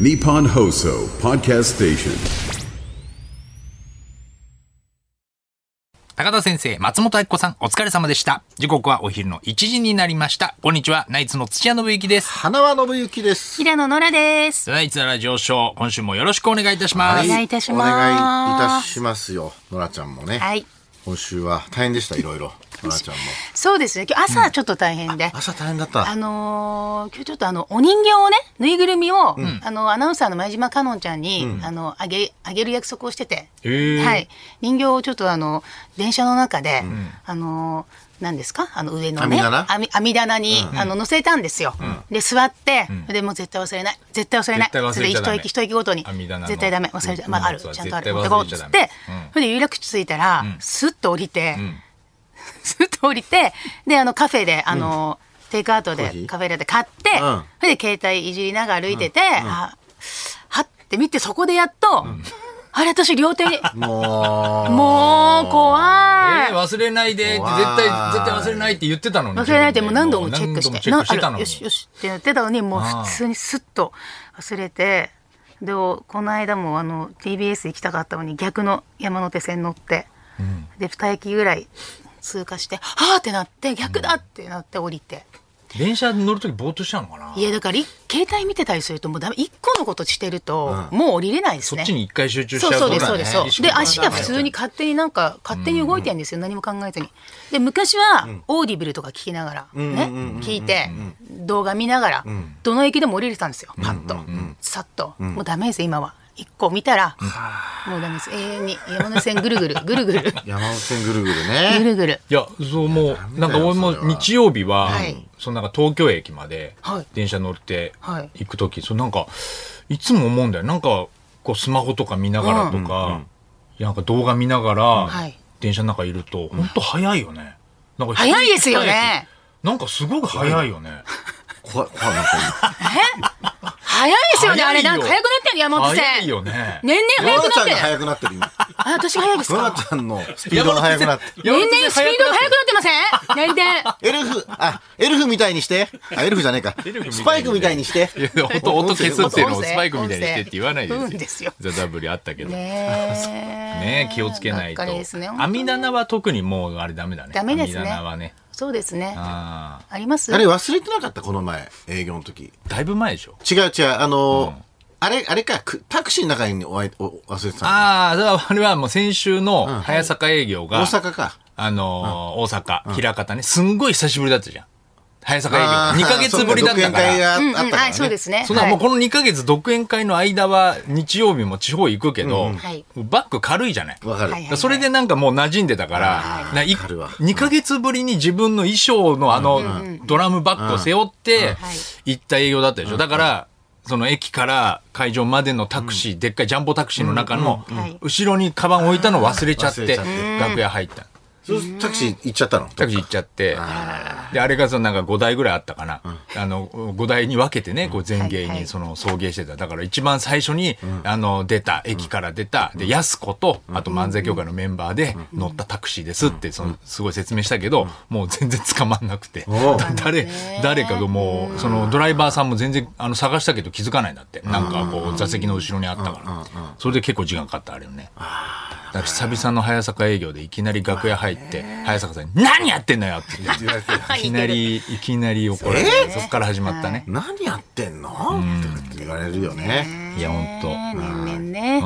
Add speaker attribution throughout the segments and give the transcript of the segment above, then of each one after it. Speaker 1: Nippon Hoso Podcast Station.
Speaker 2: 高田先生、松本明子さん、お疲れ様でした。時刻はお昼の1時になりました。こんにちは、ナイツの土屋信之です。
Speaker 3: 花輪信之です。
Speaker 4: 平野ノラです。
Speaker 2: ナイツラジオショー、今週もよろしくお願いいたします。
Speaker 4: お願いいたします
Speaker 3: お願いいたしますよ。のらちゃんもね。
Speaker 4: はい。
Speaker 3: 今週は大変でした、いろいろ。のらち ゃんも。
Speaker 4: そうですね。今日朝ちょっと大変で。
Speaker 3: 朝大変だっ
Speaker 4: あ
Speaker 3: た。
Speaker 4: のー今日ちょっとあのお人形をねぬいぐるみを、あのアナウンサーの前島香音ちゃんに、あのあげあげる約束をしてて、はい人形をちょっとあの電車の中で、あのー何ですかあの上のね
Speaker 3: 網棚
Speaker 4: 網網棚に、あの乗せたんですよ、で座って、でもう絶対忘れない絶対忘れない
Speaker 2: 絶対忘れちゃ
Speaker 4: それで
Speaker 2: ダメ
Speaker 4: 一息一息ごとに
Speaker 2: 網棚の
Speaker 4: 絶対ダメ忘れちゃ
Speaker 2: うん
Speaker 4: まあある
Speaker 2: 荷物は
Speaker 4: ちゃんとある持っ
Speaker 2: 絶対
Speaker 4: てこ
Speaker 2: 忘
Speaker 4: う
Speaker 2: れ
Speaker 4: っ
Speaker 2: ちゃ
Speaker 4: つ
Speaker 2: ダ
Speaker 4: っ
Speaker 2: メ
Speaker 4: て、それで有楽町着いたら、スッと降りて、スッと降りてであのカフェであの、テイクアウト
Speaker 3: コーヒ
Speaker 4: で
Speaker 3: ー
Speaker 4: カフェラテ買って、
Speaker 3: うん
Speaker 4: それで携帯いじりながら歩いてて、あはって見てそこでやっと、あれ私 両手に
Speaker 3: もう。
Speaker 4: もう怖い、
Speaker 2: えー忘れないでって、絶
Speaker 3: 怖い
Speaker 2: 対、絶対忘れないって言ってたのに。
Speaker 4: 忘れないってもう何度もチェックして
Speaker 2: 自分でもう何度もチェックしてたの
Speaker 4: なあら
Speaker 2: に。
Speaker 4: よしよしってやってたのにもう
Speaker 2: あー
Speaker 4: 普通にスッと忘れてでこの間もあの TBS 行きたかったのに逆の山手線乗って、で2駅ぐらい通過してはあってなって逆だってなって降りて、
Speaker 2: 電車乗るときぼーっとしたのかない
Speaker 4: やだからい携帯見てたりするともうダメ一個のことしてると、もう降りれないです
Speaker 2: そ
Speaker 4: ね
Speaker 2: っちに一回集中し
Speaker 4: そう
Speaker 2: ちゃう
Speaker 4: そうで
Speaker 2: とこ
Speaker 4: す、そう
Speaker 2: ろ
Speaker 4: で
Speaker 2: だ
Speaker 4: す、そ
Speaker 2: よ
Speaker 4: う
Speaker 2: ね
Speaker 4: です。で、足が普通に。勝手になんか、勝手に動いてるんですよ。何も考えずに。で、昔は、オーディブルとか聞きながら、ね、聞いて、動画見見ながら、どの駅でも降りれてたんですよ。パッと、さっと。もうダメです、今は。一個見たら、もうダメです。永遠に山手線ぐるぐる、ぐるぐる、
Speaker 3: 山手線ぐるぐる
Speaker 4: ぐ
Speaker 3: ね。
Speaker 4: るぐる。
Speaker 2: いや、そう、もう、なんか俺も
Speaker 3: それは
Speaker 2: 日曜日は
Speaker 4: はい、
Speaker 2: そのなんか東京駅まで
Speaker 4: はい、
Speaker 2: 電車乗って
Speaker 4: はい
Speaker 2: 行くとき、そうなんか、いつも思うんだよ。なんか、こうスマホとか見ながらとか、なんか動画見ながら
Speaker 4: はい、
Speaker 2: 電車の中いると、ほんと早いよね。なんか
Speaker 4: 早いですよね。
Speaker 2: なんかすごく早いよね。
Speaker 3: 怖い、怖い、なん か
Speaker 4: 早いですよね、あ
Speaker 2: 早
Speaker 4: れ。
Speaker 2: いよ
Speaker 4: なんか早くなってる山手線。
Speaker 2: 早いよね。
Speaker 4: 年
Speaker 3: 今。
Speaker 4: 々
Speaker 3: の
Speaker 4: 早
Speaker 3: ら
Speaker 4: く
Speaker 3: ち
Speaker 4: な
Speaker 3: ゃ
Speaker 4: っ
Speaker 3: んが
Speaker 4: て
Speaker 3: 早
Speaker 4: る。
Speaker 3: くなって る、今。
Speaker 4: あ、私が早いです
Speaker 3: のら
Speaker 4: か。
Speaker 3: ちゃんのスピードが速くなってる。
Speaker 4: 年々スピードが速くなってません 年々。
Speaker 3: エルフ、あ、エルフみたいにして。あ、エルフじゃねえか
Speaker 2: エルフみたい。に
Speaker 3: スパイクみたいにして。
Speaker 2: いや 音音消すっていうのをスパイクみたいにしてって言わない
Speaker 4: 音声
Speaker 2: で
Speaker 4: ですす
Speaker 2: よ
Speaker 4: よ。
Speaker 2: ザ・ダブリあったけど。ね
Speaker 4: ね
Speaker 2: 気をつけないと
Speaker 4: ばっかりですね。。
Speaker 2: 網棚は特にもうあれダメだね。
Speaker 4: ダメですね
Speaker 2: 網棚はね。
Speaker 4: そうですね。あ
Speaker 2: あ
Speaker 4: ります。
Speaker 3: あれ忘れてなかったこの前、営業の時。
Speaker 2: あ。だいぶ前でしょ。
Speaker 3: 違う違う、あのー、あれ、あれか、くタクシーの中にお会いお忘れてた
Speaker 2: ああ、だからあれはもう先週の早坂営業
Speaker 3: の。
Speaker 2: が、
Speaker 3: 大阪か。
Speaker 2: あのー、大阪、平方ね、すんごい久しぶりだったじゃん。早坂営業
Speaker 3: あ。ー
Speaker 2: 2ヶ月ぶりだった
Speaker 3: 独
Speaker 2: か
Speaker 3: 演会
Speaker 2: ら。
Speaker 3: があ
Speaker 4: う
Speaker 3: っ
Speaker 4: んうん
Speaker 3: たから、
Speaker 4: はい、
Speaker 3: ね
Speaker 4: そうですね。
Speaker 2: そんな
Speaker 4: はい
Speaker 2: もうこの2ヶ月独演会の間は日曜日も地方行くけど、
Speaker 4: はい
Speaker 2: バッグ軽いじゃない。
Speaker 3: わかる、
Speaker 4: はいはい
Speaker 2: それでなんかもう馴染んでたから、な
Speaker 3: わかるわ
Speaker 2: 2ヶ月ぶりに自分の衣装のあの、ドラムバッグを背負って
Speaker 4: はい
Speaker 2: 行った営業だったでしょ。だから、その駅から会場までのタクシー、でっかいジャンボタクシーの中の
Speaker 4: うんはい
Speaker 2: 後ろにカバン置いたの忘れちゃっ
Speaker 3: 忘れ
Speaker 2: て
Speaker 3: ちゃっ、
Speaker 2: 楽屋入った。
Speaker 3: そうするとタクシー行っちゃったの。
Speaker 2: タクシー行っちゃって、で、あれがそのなんか5台ぐらいあったかな。あの、5台に分けてね、こう前芸
Speaker 4: はいは
Speaker 2: に
Speaker 4: い
Speaker 2: その送迎してた。だから一番最初に、あの、出た、駅から出た、で、安子と、あと漫才協会のメンバーで乗ったタクシーですって、その、すごい説明したけど、もう全然捕まんなくて
Speaker 3: おう、
Speaker 2: 誰、誰かがもう、そのドライバーさんも全然、あの、探したけど気づかないんだって。なんかこう、座席の後ろにあったから。それで結構時間かかった、あれよね。だから久々の早坂営業でいきなり楽屋入って、早坂さんに、何やってんのよって言って。いきなり、いきなり怒られて、そっから始まったね。
Speaker 3: 何やってんのって言われるよね。
Speaker 2: いや、ほ
Speaker 4: ね
Speaker 2: ん
Speaker 4: 年々ね。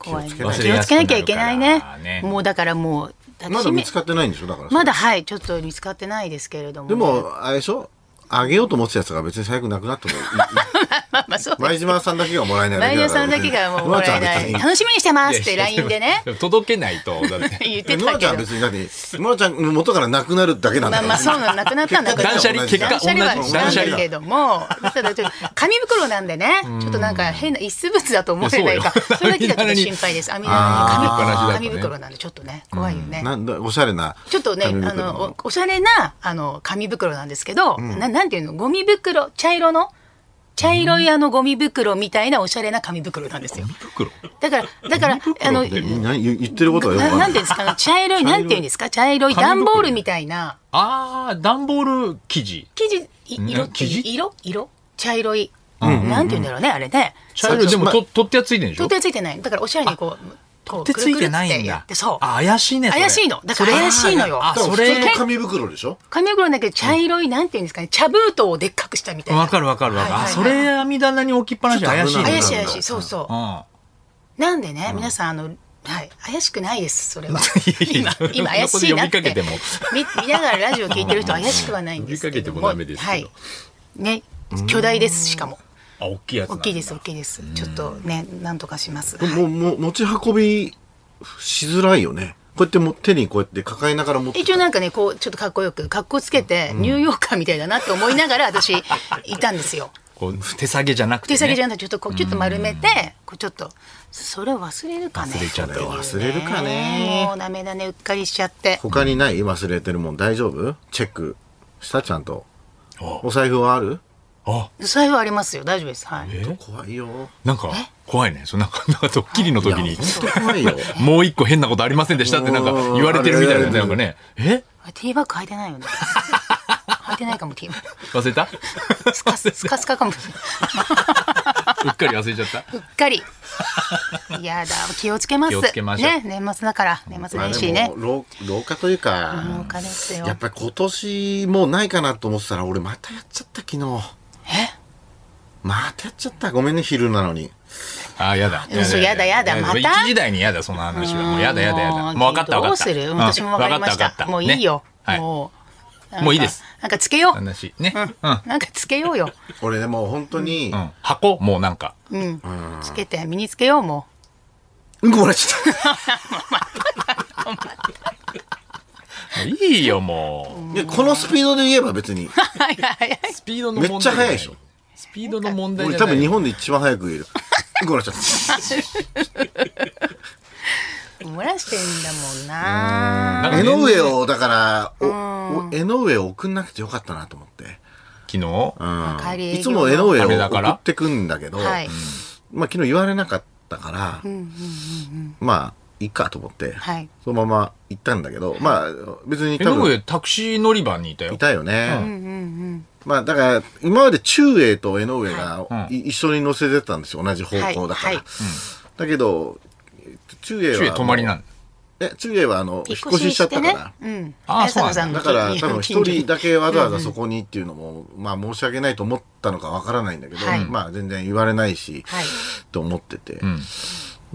Speaker 2: と。
Speaker 4: 怖い。
Speaker 3: 気をつけない
Speaker 4: 気をつけなきゃいけないね
Speaker 2: 忘れやすくなるからね。
Speaker 4: もうだからもう。
Speaker 3: まだ見つ
Speaker 4: っ
Speaker 3: かってないんでしょだから。
Speaker 4: まだはい、ちょっと見つかってないですけれども。
Speaker 3: で、も、あれでしょあげようと思ってたやつが別に早くなく なったの。いい
Speaker 4: まあまあそう。
Speaker 3: 前島さんだけがもらえない
Speaker 4: マイ
Speaker 3: だ
Speaker 4: ナ
Speaker 3: け
Speaker 4: さんだけがもうもらえない。楽しみにしてま
Speaker 2: うん。
Speaker 4: すって LINE でね。
Speaker 2: も 届けないと、だ って。
Speaker 4: 言って
Speaker 3: ノ
Speaker 4: た
Speaker 3: ラち
Speaker 4: け
Speaker 3: ゃんは
Speaker 4: ど
Speaker 3: 別。にだって、ノラちゃんの元からなくなるだけなんだ
Speaker 4: まあ
Speaker 3: から。
Speaker 4: まあ そうなのなくなったんだけど。
Speaker 2: 断捨離、結果同
Speaker 4: 断捨
Speaker 2: じ。
Speaker 4: 離はした
Speaker 2: 断
Speaker 4: ん
Speaker 2: 捨
Speaker 4: だ
Speaker 2: 離。
Speaker 4: けども、ただちょっと紙袋なんでね、ちょっとなんか変な一室物だと思えないか
Speaker 2: いやそうよ、
Speaker 4: それだけがちょっと心配 です。網
Speaker 2: あー
Speaker 4: 棚に
Speaker 2: 紙
Speaker 4: 紙紙
Speaker 2: 袋
Speaker 4: 袋なんでちょっとね、怖いよね。
Speaker 3: なんだ、おしゃれな。
Speaker 4: ちょっとね、あ
Speaker 3: 紙袋
Speaker 4: の、おおしゃれな、あの、紙袋なんですけど、ななんていうの、ゴミ袋、茶色の、茶色いあのゴミ袋みたいなおしゃれな紙袋なんですよ。
Speaker 2: 袋
Speaker 4: だから、だから、あの、
Speaker 3: え何言言ってることはよくわ
Speaker 4: な
Speaker 3: かん
Speaker 4: な
Speaker 3: なんい
Speaker 4: ていうんですか、あの茶色い、なんていうんですか、茶色い段ボールみたいな、
Speaker 2: あー、段ボール生地。
Speaker 4: 生地、い
Speaker 2: な
Speaker 4: 色、
Speaker 2: 生地
Speaker 4: 色色茶色い。なんて言うんだろうねあれね
Speaker 2: 茶色いでもと取っ手はついてるんでしょ
Speaker 4: 取っ手ついてないだからおしゃれにこうこう
Speaker 2: 取っ手ついてない
Speaker 4: くるくるっ
Speaker 2: ん
Speaker 4: てや
Speaker 2: だ
Speaker 4: ってそう
Speaker 2: あ怪しいねそれ
Speaker 4: 怪しいのだから怪しいのよ
Speaker 2: あ
Speaker 3: だから
Speaker 2: そ
Speaker 3: 普
Speaker 2: れ
Speaker 3: 通の紙袋でしょ
Speaker 4: 紙袋だけど茶色いなんて言うんですかね茶封筒をでっかくしたみたいな
Speaker 2: わかるわかるわかる、
Speaker 4: はい
Speaker 2: あ
Speaker 4: はい
Speaker 2: それ網棚に置きっぱなしで怪しいね
Speaker 4: 怪しい
Speaker 3: な
Speaker 4: 怪しいそうそう
Speaker 2: うん。
Speaker 4: なんでね、皆さん、あの、はい、怪しくないです、それは
Speaker 2: いやいや
Speaker 4: 今、今怪しいなっ
Speaker 2: そんなこと呼びかけ
Speaker 4: て。
Speaker 2: ても
Speaker 4: み見ながらラジオ聞いてる人は怪しくはないんですけど。
Speaker 2: 呼びかけてもダメですけど
Speaker 4: はい。ね、巨大です、しかも。
Speaker 2: あ大きいやつな
Speaker 4: 大
Speaker 2: んだ
Speaker 4: きいです、大きいです。ちょっとね、なんとかします。
Speaker 3: もうもう持ち運びしづらいよねこうやっても手にこうやって抱えながら持って
Speaker 4: 一応なんかね、こう、ちょっとかっこよく、かっこつけて、ニューヨーカーみたいだなって思いながら、 私、いたんですよ。
Speaker 2: こう手提げじゃなくて、ね、
Speaker 4: 手先じゃなくて、ちょっとこう、キュッと丸めて、こう、ちょっと、それを忘れるかね。
Speaker 2: 忘れちゃったよ
Speaker 3: 忘れるかね
Speaker 4: もうダメだね、うっかりしちゃって。
Speaker 3: 他にない忘れてるもん大丈夫チェックしたちゃんとお財布はある
Speaker 2: あ
Speaker 4: 財布はありますよ、大丈夫です。はい。
Speaker 3: 怖いよ
Speaker 2: なんか怖いねそうなん かなんかドッキリの時
Speaker 3: い
Speaker 2: に
Speaker 3: や本当 怖いよ
Speaker 2: もう一個変なことありませんでしたってなんか言われてるみたいな
Speaker 3: うん
Speaker 2: なんかねえ
Speaker 4: あれティーバッグ履いてないよね。履いてないかも、ティーバッ
Speaker 2: 忘れた
Speaker 4: グ。スカススカスカかもしれな
Speaker 2: うっかり忘れちゃった
Speaker 4: い。う っかり。いやだ、気をつけます。
Speaker 2: 気をつけましょう
Speaker 4: ね、年末だから、年末
Speaker 3: まあ
Speaker 4: 年
Speaker 3: で
Speaker 4: 始ね
Speaker 3: も。老老化というか
Speaker 4: 老化ですよ
Speaker 3: やっぱり今年もうないかなと思ってたら俺またやっちゃった昨日
Speaker 4: え、
Speaker 3: またやっちゃったごめんね昼なのに
Speaker 2: あーやだ
Speaker 4: うんそうやだやだまた
Speaker 2: 一時代にやだその話はもうやだやだやだもう分かった分かった
Speaker 4: どうする、私も分かりまし
Speaker 2: うん分かっ。
Speaker 4: た
Speaker 2: 分かった
Speaker 4: もういいよ。
Speaker 2: ねはい
Speaker 4: もうなんか。
Speaker 2: もういいです
Speaker 4: なんかつけよう。
Speaker 2: 話ね
Speaker 4: う
Speaker 2: うんん、
Speaker 4: なんかつけようよ。
Speaker 3: 俺でも本当に
Speaker 2: うん箱もうなんか
Speaker 4: うん。つけて、身につけよう、も
Speaker 3: うんこ漏らしちゃった
Speaker 2: もういいよも。
Speaker 3: いやこのスピードで言えば別 に
Speaker 4: う。 はいはいはいう
Speaker 2: スピードの
Speaker 3: め
Speaker 2: 問題
Speaker 3: っちゃ速いでしょ
Speaker 2: スピードの問題
Speaker 3: 俺
Speaker 2: じゃ
Speaker 3: 多
Speaker 2: ない
Speaker 3: 分日本で一番早く言え るうんこ漏らしちゃった
Speaker 4: 漏らしてんだもんな。
Speaker 2: なんか
Speaker 3: 江
Speaker 2: ね
Speaker 3: 上をだからおお江上を送んなくてよかったなと思って
Speaker 2: 昨日
Speaker 3: うん
Speaker 4: 帰り営業
Speaker 3: いつも江上を
Speaker 2: あれだか
Speaker 3: 送
Speaker 2: ら
Speaker 3: ってくんだけど
Speaker 4: はい。
Speaker 3: まあ昨日言われなかったからまあいいかと思って
Speaker 4: はい
Speaker 3: そのまま行ったんだけどまあ別に
Speaker 2: 江
Speaker 3: 多分
Speaker 2: 上タクシー乗り場にいたよ
Speaker 3: いたよねまあだから今まで中英と江上が
Speaker 2: はい
Speaker 3: い一緒に乗せてたんですよ同じ方向だか
Speaker 4: はい
Speaker 3: ら
Speaker 4: はい
Speaker 3: だけど中英は
Speaker 2: 中へ泊まりなん
Speaker 3: え中英はあの引っ越ししちゃったから
Speaker 4: 引っ越ししてねうん。
Speaker 2: ああそうなんだ
Speaker 4: の
Speaker 3: だから 多
Speaker 4: 近所
Speaker 3: 分
Speaker 4: に
Speaker 3: 一人だけわざわざそこにっていうのも、まあ申し訳ないと思ったのかわからないんだけど、
Speaker 4: はい
Speaker 3: まあ全然言われないし、
Speaker 4: はい
Speaker 3: と思ってて、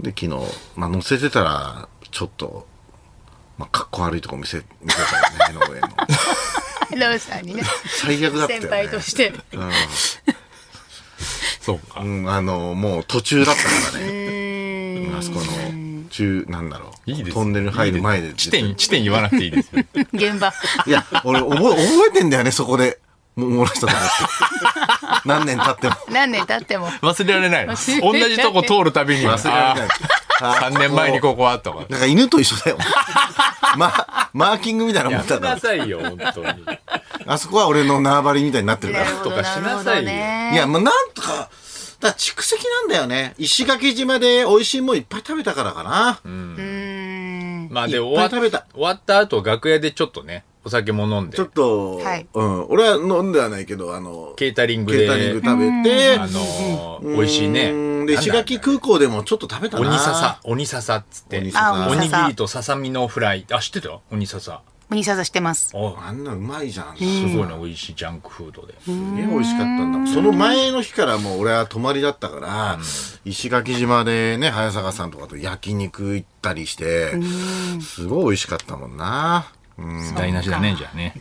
Speaker 3: で昨日、まあ乗せてたら、ちょっと、まあかっこ悪いとこ見せ、見せた よね、江上の。
Speaker 4: ラウさんにね。
Speaker 3: 最悪だったよね。
Speaker 4: 先輩として。
Speaker 2: そうか
Speaker 3: うん、あの、もう途中だったからね。うんあそこの、中、なんだろう。
Speaker 2: いいです
Speaker 3: トンネル入る前で。
Speaker 2: 地点地点言わなくていいですよ
Speaker 4: 現場。
Speaker 3: いや、俺覚え、覚えてんだよね、そこで。も漏らしたとこって。何年経っても。
Speaker 4: 何年経っても。
Speaker 2: 忘れられないの
Speaker 4: 忘れら
Speaker 2: 同
Speaker 4: れない
Speaker 2: じとこ通るたびに
Speaker 3: 忘れられない
Speaker 2: あー3年前にここあったわ
Speaker 3: なんか犬と一緒だよ。ま、マーキングみたいなも
Speaker 2: や
Speaker 3: ん
Speaker 2: め
Speaker 3: だか
Speaker 2: な
Speaker 3: ら。
Speaker 2: さいよ本当に
Speaker 3: あそこは俺の縄張りみたいになってるか
Speaker 4: なる
Speaker 3: ら。
Speaker 4: ほど
Speaker 2: とかしなさいよ
Speaker 4: なるほどね
Speaker 3: いや、まあ、なんとか、だから蓄積なんだよね。石垣島で美味しいもんいっぱい食べたからかな。
Speaker 2: まあで
Speaker 3: いっぱ
Speaker 2: 終
Speaker 3: い食
Speaker 2: わ
Speaker 3: べ
Speaker 2: った終わった後楽屋でちょっとねお酒も飲んで
Speaker 3: ちょっと、
Speaker 4: はい
Speaker 3: うん。俺は飲んではないけど、あの、
Speaker 2: ケータリング
Speaker 3: ケ
Speaker 2: で
Speaker 3: ータリング食べて、
Speaker 2: あのー美味しいね
Speaker 3: うんで、石垣空港でもちょっと食べたな。
Speaker 2: 鬼ささ鬼ささっつって
Speaker 3: 鬼さ
Speaker 4: あ、
Speaker 3: さ
Speaker 2: お
Speaker 4: 鬼
Speaker 2: にぎ
Speaker 4: さ
Speaker 2: りとささみのフライあ知ってた鬼ささ
Speaker 4: 鬼ささしてます。
Speaker 2: あ
Speaker 3: あんなうまいじゃん。す
Speaker 2: すごいね美味しいジャンクフードで
Speaker 3: げえ美味しかったんだもん。その前の日からもう俺は泊まりだったから、石垣島でね、早坂さんとかと焼肉行ったりして、すごい美味しかったもんな。うん。
Speaker 2: 台無しだねじゃあね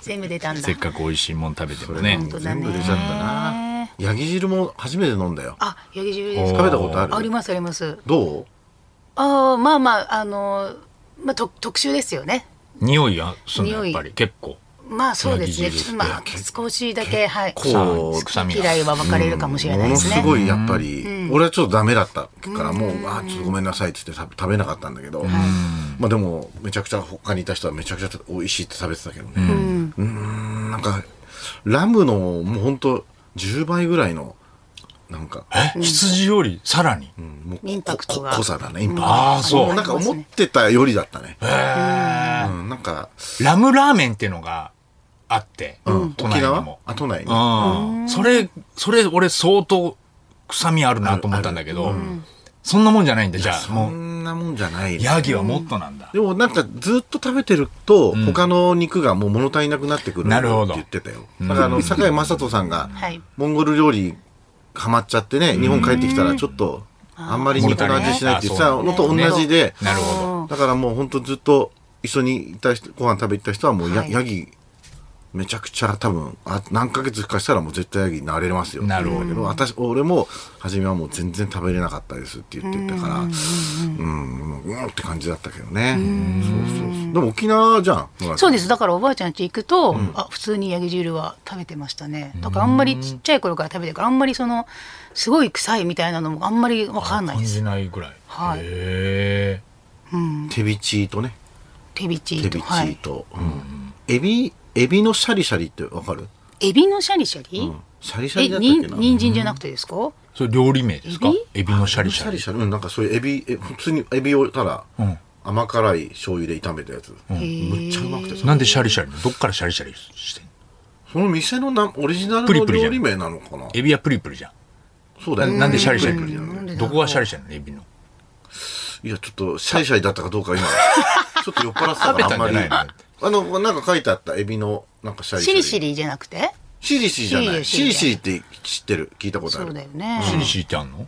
Speaker 4: 全部出たんだ
Speaker 2: せっ。かく美味しいもん食べてもね
Speaker 4: 本当だ
Speaker 3: 全部出ちゃったな
Speaker 4: ね。。
Speaker 3: ヤギ汁も初めて飲んだよ。
Speaker 4: あ、ヤギ汁です
Speaker 2: お
Speaker 3: 食
Speaker 4: か
Speaker 3: べたことある
Speaker 4: ありますあります。
Speaker 3: どう
Speaker 4: ああ、まあまあ、あの、まあ、と特集ですよね。
Speaker 2: 匂いがすんの
Speaker 4: 匂
Speaker 2: や
Speaker 4: い
Speaker 2: っぱり結構
Speaker 4: まあそうですね。
Speaker 2: ヤギ汁
Speaker 4: ちょっとまあ、少しだけ、はい。
Speaker 3: こう
Speaker 2: 臭みが
Speaker 4: 嫌いは分かれるかもしれない
Speaker 3: も
Speaker 4: で
Speaker 3: の
Speaker 4: す
Speaker 3: す
Speaker 4: ね。
Speaker 3: ごいやっぱり、俺はちょっとダメだったからもう、あちょっとごめんなさいって言って食べ食べなかったんだけど、まあでもめちゃくちゃ他にいた人はめちゃくちゃ美味しいって食べてたけどねうんんなんかラムのもうほんと10倍ぐらいのなんか、
Speaker 2: え羊よりさらに
Speaker 3: うんもう
Speaker 4: インパクトが
Speaker 3: こ濃さだねインパクト
Speaker 2: ああそ
Speaker 3: も
Speaker 2: う
Speaker 3: うなんか思ってたよりだったねうんなんか
Speaker 2: ラムラーメンってのがあって、都内
Speaker 3: 沖
Speaker 2: に
Speaker 3: 縄
Speaker 2: も。
Speaker 3: あ、都内に。
Speaker 2: うんそれ、それ俺相当臭みあるなと思ったんだけど、そんなもんじゃないんだ、じゃあ。
Speaker 3: そ
Speaker 2: もう、
Speaker 3: んなもんじゃない。
Speaker 2: ヤギはもっとなんだ。
Speaker 3: でもなんかずっと食べてると、他の肉がもう物足りなくなってくる
Speaker 2: なるほど
Speaker 3: って言ってたよ。だからあの、坂井雅人さんが
Speaker 4: はい、
Speaker 3: モンゴル料理ハマっちゃってね、日本帰ってきたらちょっと、あんまり肉の味しないって言ってたのと同じで、
Speaker 2: なるほ
Speaker 3: だからもうほんとずっと一緒にいた人、ご飯食べ行った人はもうや、
Speaker 4: はい
Speaker 3: ヤギ、めちゃくちゃ多分、あ何ヶ月かしたらもう絶対ヤギになれますよって
Speaker 2: なる
Speaker 3: 言
Speaker 2: ほ
Speaker 3: うんだけど、私、俺も初めはもう全然食べれなかったですって言ってたから、うん、うん、うんって感じだったけどね。そうそうそう。でも沖縄じゃん。
Speaker 4: そう
Speaker 3: で
Speaker 4: ですだからおばあちゃん家行くと、あ普通にヤギ汁は食べてましたねだからあんまりちっちゃい頃から食べてるからあんまりそのすごい臭いみたいなのもあんまりわかん
Speaker 2: ど。
Speaker 4: ない
Speaker 2: 感
Speaker 4: です
Speaker 2: じないぐらい。
Speaker 4: はい
Speaker 2: へ
Speaker 3: す。手びちとね、
Speaker 4: 手びち
Speaker 3: 手
Speaker 4: と
Speaker 3: び
Speaker 4: は
Speaker 3: ち
Speaker 4: い
Speaker 3: と。うんエビ、エビのシャリシャリってわかる
Speaker 4: エビのシャリシャリ、
Speaker 3: シャリシャ
Speaker 4: え
Speaker 3: リだったっけな
Speaker 4: にんじんじゃなくてですか、
Speaker 2: え。それ料理名ですか
Speaker 4: エビ
Speaker 2: エビのシャリ
Speaker 3: シ
Speaker 2: シ
Speaker 3: ャ
Speaker 2: ャ
Speaker 3: リ
Speaker 2: リ。
Speaker 3: シャリ、うん、なんかそういうエビ、え普通にエビをただ、
Speaker 2: ん
Speaker 3: 甘辛い醤油で炒めたやつ、むっちゃうまくてさ
Speaker 2: なんでシャリシャリなのどっからシャリシャリしてんの
Speaker 3: その店のなオリジナル
Speaker 2: プリ
Speaker 3: の
Speaker 2: プリじ
Speaker 3: 料
Speaker 2: ゃん
Speaker 3: 理名なのかな
Speaker 2: エビはプリプリじゃん。
Speaker 3: そうだよね
Speaker 2: なんでシャリシャリ
Speaker 3: プリプリ
Speaker 2: な
Speaker 3: なんだよ
Speaker 4: ん
Speaker 3: ね
Speaker 4: で
Speaker 2: の
Speaker 4: だろう
Speaker 2: どこがシャリシャリなのエビの。
Speaker 3: いやちょっとシャリシャリだったかどう か今ちょっと酔っ払って
Speaker 2: 食
Speaker 3: たか
Speaker 2: べ
Speaker 3: ら
Speaker 2: た
Speaker 3: あんま
Speaker 2: ん
Speaker 3: り
Speaker 2: じゃないの
Speaker 3: あのなんか書いてあったエビのなんかシャリシャ
Speaker 4: シリ
Speaker 3: リ
Speaker 4: シリじゃなくて
Speaker 3: シリシリじゃない
Speaker 4: シ
Speaker 3: シ
Speaker 4: リ
Speaker 3: リ
Speaker 4: シ
Speaker 3: シ
Speaker 4: リ
Speaker 3: リって知ってる聞いたことあ
Speaker 4: そ
Speaker 3: る
Speaker 4: うだよね、
Speaker 2: シリシリってあんの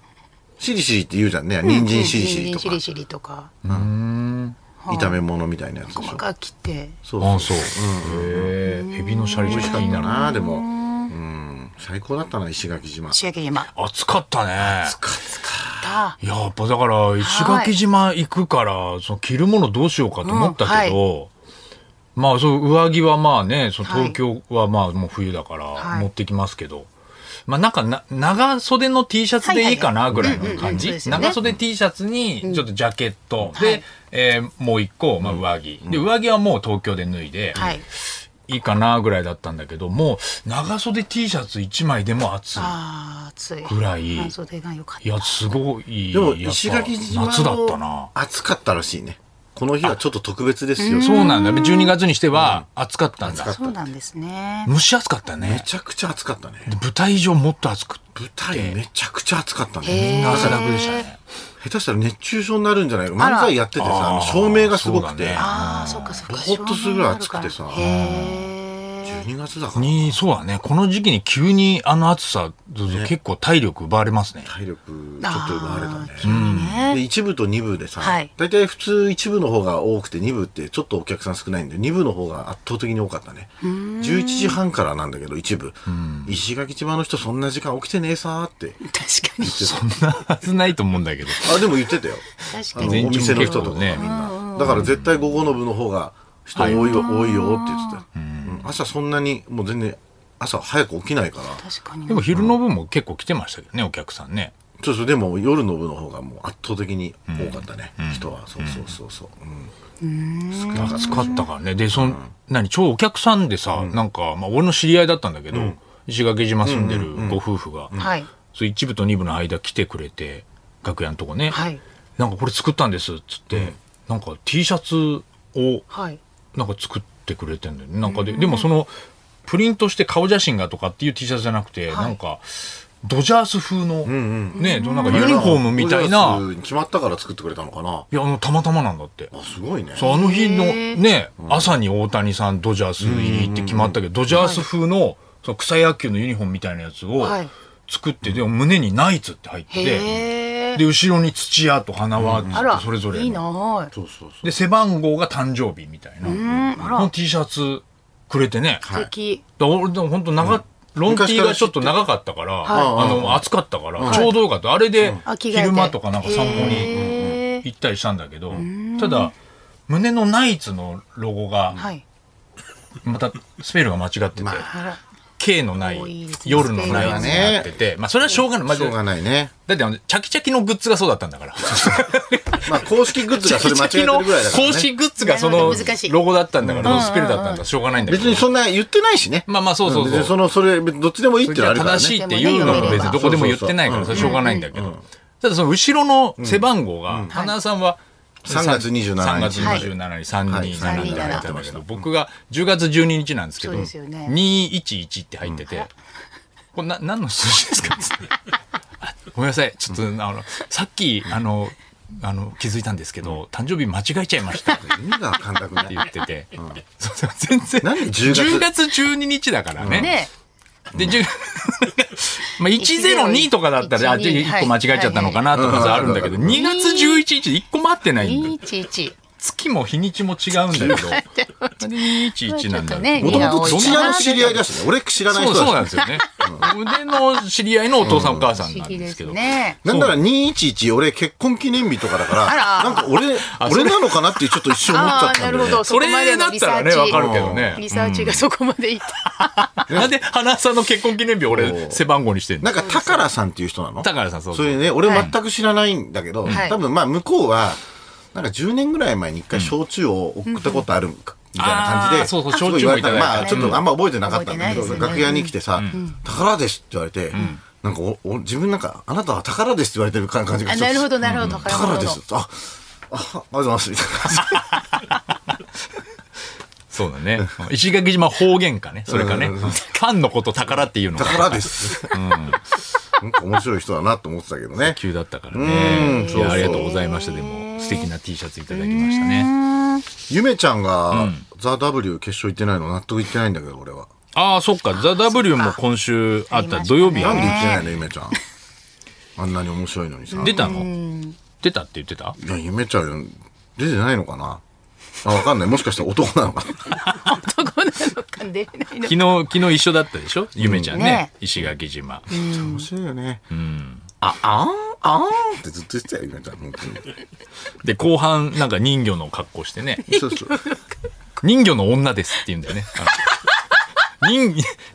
Speaker 3: シリシリって言うじゃんね人参シリシリと
Speaker 4: シ
Speaker 3: か
Speaker 4: リシリとか
Speaker 3: 炒め物みたいなやつでし
Speaker 4: 細
Speaker 3: ょ
Speaker 4: かく切って
Speaker 3: そう
Speaker 2: あ
Speaker 3: そ
Speaker 2: あ、そう。
Speaker 3: う
Speaker 2: へえ。エビのシャリシャ
Speaker 3: 美味
Speaker 2: リ
Speaker 3: し
Speaker 2: 気
Speaker 3: かっ
Speaker 2: に
Speaker 3: た
Speaker 2: なるな。
Speaker 3: なでもうん最高だったな石垣島
Speaker 4: 仕上げ今
Speaker 2: 暑かったね。
Speaker 4: だ
Speaker 2: いややっぱだから石垣島行くからその着るものどうしようかと思ったけど、まあそう上着はまあねその
Speaker 4: はい
Speaker 2: 東京はまあもう冬だか
Speaker 4: は
Speaker 2: ら
Speaker 4: い
Speaker 2: 持ってきますけど、まあなんかな長袖の T シャツでいいかなぐらいの感
Speaker 4: うんうんうんそう
Speaker 2: じ
Speaker 4: ですよね
Speaker 2: 長袖 T シャツにちょっとジャケット、で、えーもう一個、まあ、上着、で上着はもう東京で脱いで、
Speaker 4: はい
Speaker 2: いいかなぐらいだったんだけどもう長袖 T シャツ1枚でも暑い。
Speaker 4: あー暑い
Speaker 2: ぐらい
Speaker 4: 半袖が良かっ
Speaker 2: いや、すごい。
Speaker 3: でも
Speaker 2: やっぱ
Speaker 3: 石垣島
Speaker 2: 夏だったな
Speaker 3: の。暑かったらしいね。この日はちょっと特別ですよ。
Speaker 2: そうなんだ。12月にしては暑かったんだ
Speaker 4: た。そうなんですね
Speaker 2: 蒸し暑かった
Speaker 3: め
Speaker 2: ね。
Speaker 3: ちゃくちゃ暑かったね。
Speaker 2: 舞台上もっと暑くて。
Speaker 3: 舞台めちゃくちゃ暑かった
Speaker 2: みん
Speaker 3: ね。
Speaker 2: な汗だくでしたね。
Speaker 3: 下手したら熱中症になるんじゃないか。
Speaker 4: あら
Speaker 3: 漫才やっててさ、あの照明がすごく
Speaker 2: そうだ
Speaker 3: て
Speaker 2: ね。
Speaker 4: ああそっかそっか
Speaker 3: ぼーっとするぐらい暑くてさ
Speaker 4: へえ
Speaker 3: 12月だから。
Speaker 2: に、そうだね。この時期に急にあの暑さ、ずっと結構体力奪われますね。
Speaker 3: 体力ちょっと奪われたね。
Speaker 4: ね
Speaker 3: で、1部と2部でさ
Speaker 4: はい、
Speaker 3: 大体普通1部の方が多くて、2部ってちょっとお客さん少ないんで、2部の方が圧倒的に多かったね。11時半からなんだけど、1部。石垣島の人そんな時間起きてねえさーって。
Speaker 4: 確かに
Speaker 2: そんなはずないと思うんだけど。
Speaker 3: あ、でも言ってたよ。
Speaker 4: 確
Speaker 3: あの
Speaker 4: か
Speaker 3: お
Speaker 4: に
Speaker 2: 全然
Speaker 3: 店の人とかね
Speaker 2: 結構ね
Speaker 3: みんなだから絶対午後の部の方が人多いよ、多いよって言ってた、うん朝そんなにもう全然朝早く起きないから
Speaker 4: 確かに
Speaker 2: でも昼の分も結構来てましたけどね、お客さんね。
Speaker 3: そうそうでも夜の部の方がもう圧倒的に多かったね、人はそうそうそうそう、うん少なかった
Speaker 2: 暑かったからね。で、その、何、超お客さんでさ、なんか、まあ俺の知り合いだったんだけど、石垣島住んでるご夫婦が、
Speaker 4: はい
Speaker 2: そう一部と二部の間来てくれて楽屋のとこね、
Speaker 4: はい
Speaker 2: なんかこれ作ったんですっつって、なんか T シャツを
Speaker 4: はい
Speaker 2: なんか作ってくれてんだよねなんかで,、でもそのプリントして顔写真がとかっていう T シャツじゃなくて、なんかドジャース風の、ねなんかユニフォームみたいな、
Speaker 3: ドジャース決まったから作ってくれたのかない
Speaker 2: やあのたまたまなんだって。
Speaker 3: あすごいね
Speaker 2: そうあの日のね、朝に大谷さんドジャース入りって決まったけど、ドジャース風のその草野球のユニフォームみたいなやつを
Speaker 4: はい
Speaker 2: 作って、でも胸にナイツって入ってて、
Speaker 4: へえ
Speaker 2: で後ろに土屋と花輪
Speaker 4: あら
Speaker 2: それぞれの
Speaker 4: いいなあ
Speaker 3: そうそうそう
Speaker 2: で背番号が誕生日みたいな、
Speaker 4: あら
Speaker 2: の T シャツくれてね、
Speaker 4: 素敵
Speaker 2: だ俺でも本当長、ロン T がちょっと長かったから、あの暑かったから、ちょうどよかったあれで
Speaker 4: あ着替えて
Speaker 2: 昼間とかなんか散歩に
Speaker 4: へー
Speaker 2: 行ったりしたんだけど、ただ胸のナイツのロゴが
Speaker 4: はい
Speaker 2: またスペルが間違ってて、
Speaker 4: あら
Speaker 2: K のな
Speaker 4: 多い
Speaker 2: い
Speaker 4: ですね
Speaker 2: 夜のナイツになってて、まあそれはしょうがない、まあ
Speaker 3: しょうがないね
Speaker 2: だってあのチャキチャキのグッズがそうだったんだから。
Speaker 3: まあ公式グッズがそれ間違えてるぐらいだから、ね、
Speaker 2: 公式グッズがその
Speaker 4: 難しい
Speaker 2: ロゴだったんだから、スペルだったんだしょうがないんだけ
Speaker 3: 別
Speaker 2: ど。
Speaker 3: にそんな言ってないしね
Speaker 2: まあまあそうそうそう
Speaker 3: 別にそのそれどっちでもいいってのはあるからね
Speaker 2: 正しいっていうのも別にどこでも言ってないから、それはしょうがないんだけど。ただその後ろの背番号が、花さんは
Speaker 3: 3月27日
Speaker 2: 3月
Speaker 4: はい
Speaker 2: 27日、327
Speaker 3: はい
Speaker 2: って入ってたんだけ
Speaker 3: 327
Speaker 2: ど、僕が10月12日なんですけど、
Speaker 4: そうですよね
Speaker 2: 211って入ってて、これな、何の数字ですかつってあごめんなさい。ちょっと、あの、さっき、あの、あの、気づいたんですけど、誕生日間違えちゃいました。って
Speaker 3: 意味がわかんなくない
Speaker 2: 言ってて、そう全然、
Speaker 3: なんで10月
Speaker 2: 10月12日だからね。
Speaker 4: ね
Speaker 2: で、10 まあ、102とかだったら、あ、
Speaker 4: 102
Speaker 2: じゃあ1個間違えちゃったのかなとかさあるんだけど、
Speaker 3: はい
Speaker 2: 2月11日で1個も合ってないんだよ。
Speaker 4: 211
Speaker 2: 月も日にちも違うんだけど、211なんだよ。
Speaker 4: ちょっとね
Speaker 3: もともと
Speaker 4: い
Speaker 3: 知
Speaker 4: や
Speaker 3: ら
Speaker 4: お
Speaker 3: ない知り合いだしね俺知らない
Speaker 2: そ
Speaker 3: 人
Speaker 2: うそうなん
Speaker 3: だ
Speaker 2: で
Speaker 3: し
Speaker 2: すよね。腕の知り合いのお父さんお母さん
Speaker 4: 不
Speaker 2: な
Speaker 4: 思
Speaker 2: ん
Speaker 4: 議
Speaker 2: で
Speaker 4: です
Speaker 2: け
Speaker 4: す
Speaker 2: ど。
Speaker 4: ね
Speaker 3: なんなら211俺結婚記念日とかだからなんか俺俺なのかなってちょっと一瞬思っちゃ
Speaker 4: あ
Speaker 3: っ
Speaker 4: あな
Speaker 3: たん
Speaker 4: る
Speaker 3: で
Speaker 4: ほど
Speaker 2: そ
Speaker 4: そこまで
Speaker 2: れだ
Speaker 4: の
Speaker 2: っ
Speaker 4: リ
Speaker 2: た
Speaker 4: サ
Speaker 2: ら
Speaker 4: ー
Speaker 2: ね、
Speaker 4: チ
Speaker 2: わかるけどね
Speaker 4: リ。サーチがそこまでいった
Speaker 2: なんで花さんの結婚記念日俺背番号にしてんの
Speaker 3: なんか宝さんっていう人なの
Speaker 2: 高原さんそうそ
Speaker 3: そ
Speaker 2: う
Speaker 3: れね、俺全く知らないんだけど、
Speaker 4: はい
Speaker 3: 多分まあ向こうは、なんか10年ぐらい前に一回焼酎を送ったことあるみたいな感じ
Speaker 2: うん
Speaker 3: で、
Speaker 2: あーそうそう
Speaker 3: すご
Speaker 2: 焼酎
Speaker 3: 言
Speaker 2: も
Speaker 3: わ
Speaker 2: い
Speaker 3: れ
Speaker 2: た
Speaker 3: た
Speaker 2: だい
Speaker 3: ら、
Speaker 2: た
Speaker 3: まあちょっとあんま覚えてなかったんだけど、
Speaker 4: 覚えてないです
Speaker 3: 楽
Speaker 4: ね
Speaker 3: 屋に来てさ、宝ですって言われて、なんかおお自分なんか、あなたは宝ですって言われてる感じが
Speaker 4: あ
Speaker 3: ちょっ
Speaker 4: な
Speaker 3: と
Speaker 4: るほどなるほど宝
Speaker 3: 宝
Speaker 4: 物
Speaker 3: で
Speaker 4: の
Speaker 3: す。あ、あ、ありがとうございます。みたいな
Speaker 2: そうだね。石垣島方言かね。それかね
Speaker 3: うん。
Speaker 2: ファンのこと宝っていうのが
Speaker 3: 宝です。なんか面白い人だなと思ってたけどね。
Speaker 2: 急だったからね。い
Speaker 3: そうそう
Speaker 2: や、ありがとうございました。でも、素敵な T シャツいただきましたね。
Speaker 3: ゆめちゃんが、ザ・ W 決勝行ってないの納得いってないんだけど、俺は。
Speaker 2: ああ、そっか。ザ・ W も今週あっ
Speaker 4: あり
Speaker 2: た。
Speaker 4: ましたね
Speaker 2: 土曜日や
Speaker 3: なんで
Speaker 2: ね。
Speaker 3: 言ってないの、ゆめちゃん。あんなに面白いのにさ。
Speaker 2: 出たの出たって言ってた
Speaker 3: いや、ゆめちゃん、出てないのかなあ、わかんない。もしかしたら男なのかな
Speaker 4: 男なのか出ないの
Speaker 2: 昨日、昨日一緒だったでしょゆめちゃんね。
Speaker 4: ね
Speaker 2: 石垣島。
Speaker 3: 面白いよね。あ、あん、あんってずっと言ってたよ、ゆめちゃん。本当に。
Speaker 2: で、後半、なんか人魚の格好してね。
Speaker 3: そうそう。
Speaker 2: 人魚の女ですって言うんだよね。あの人、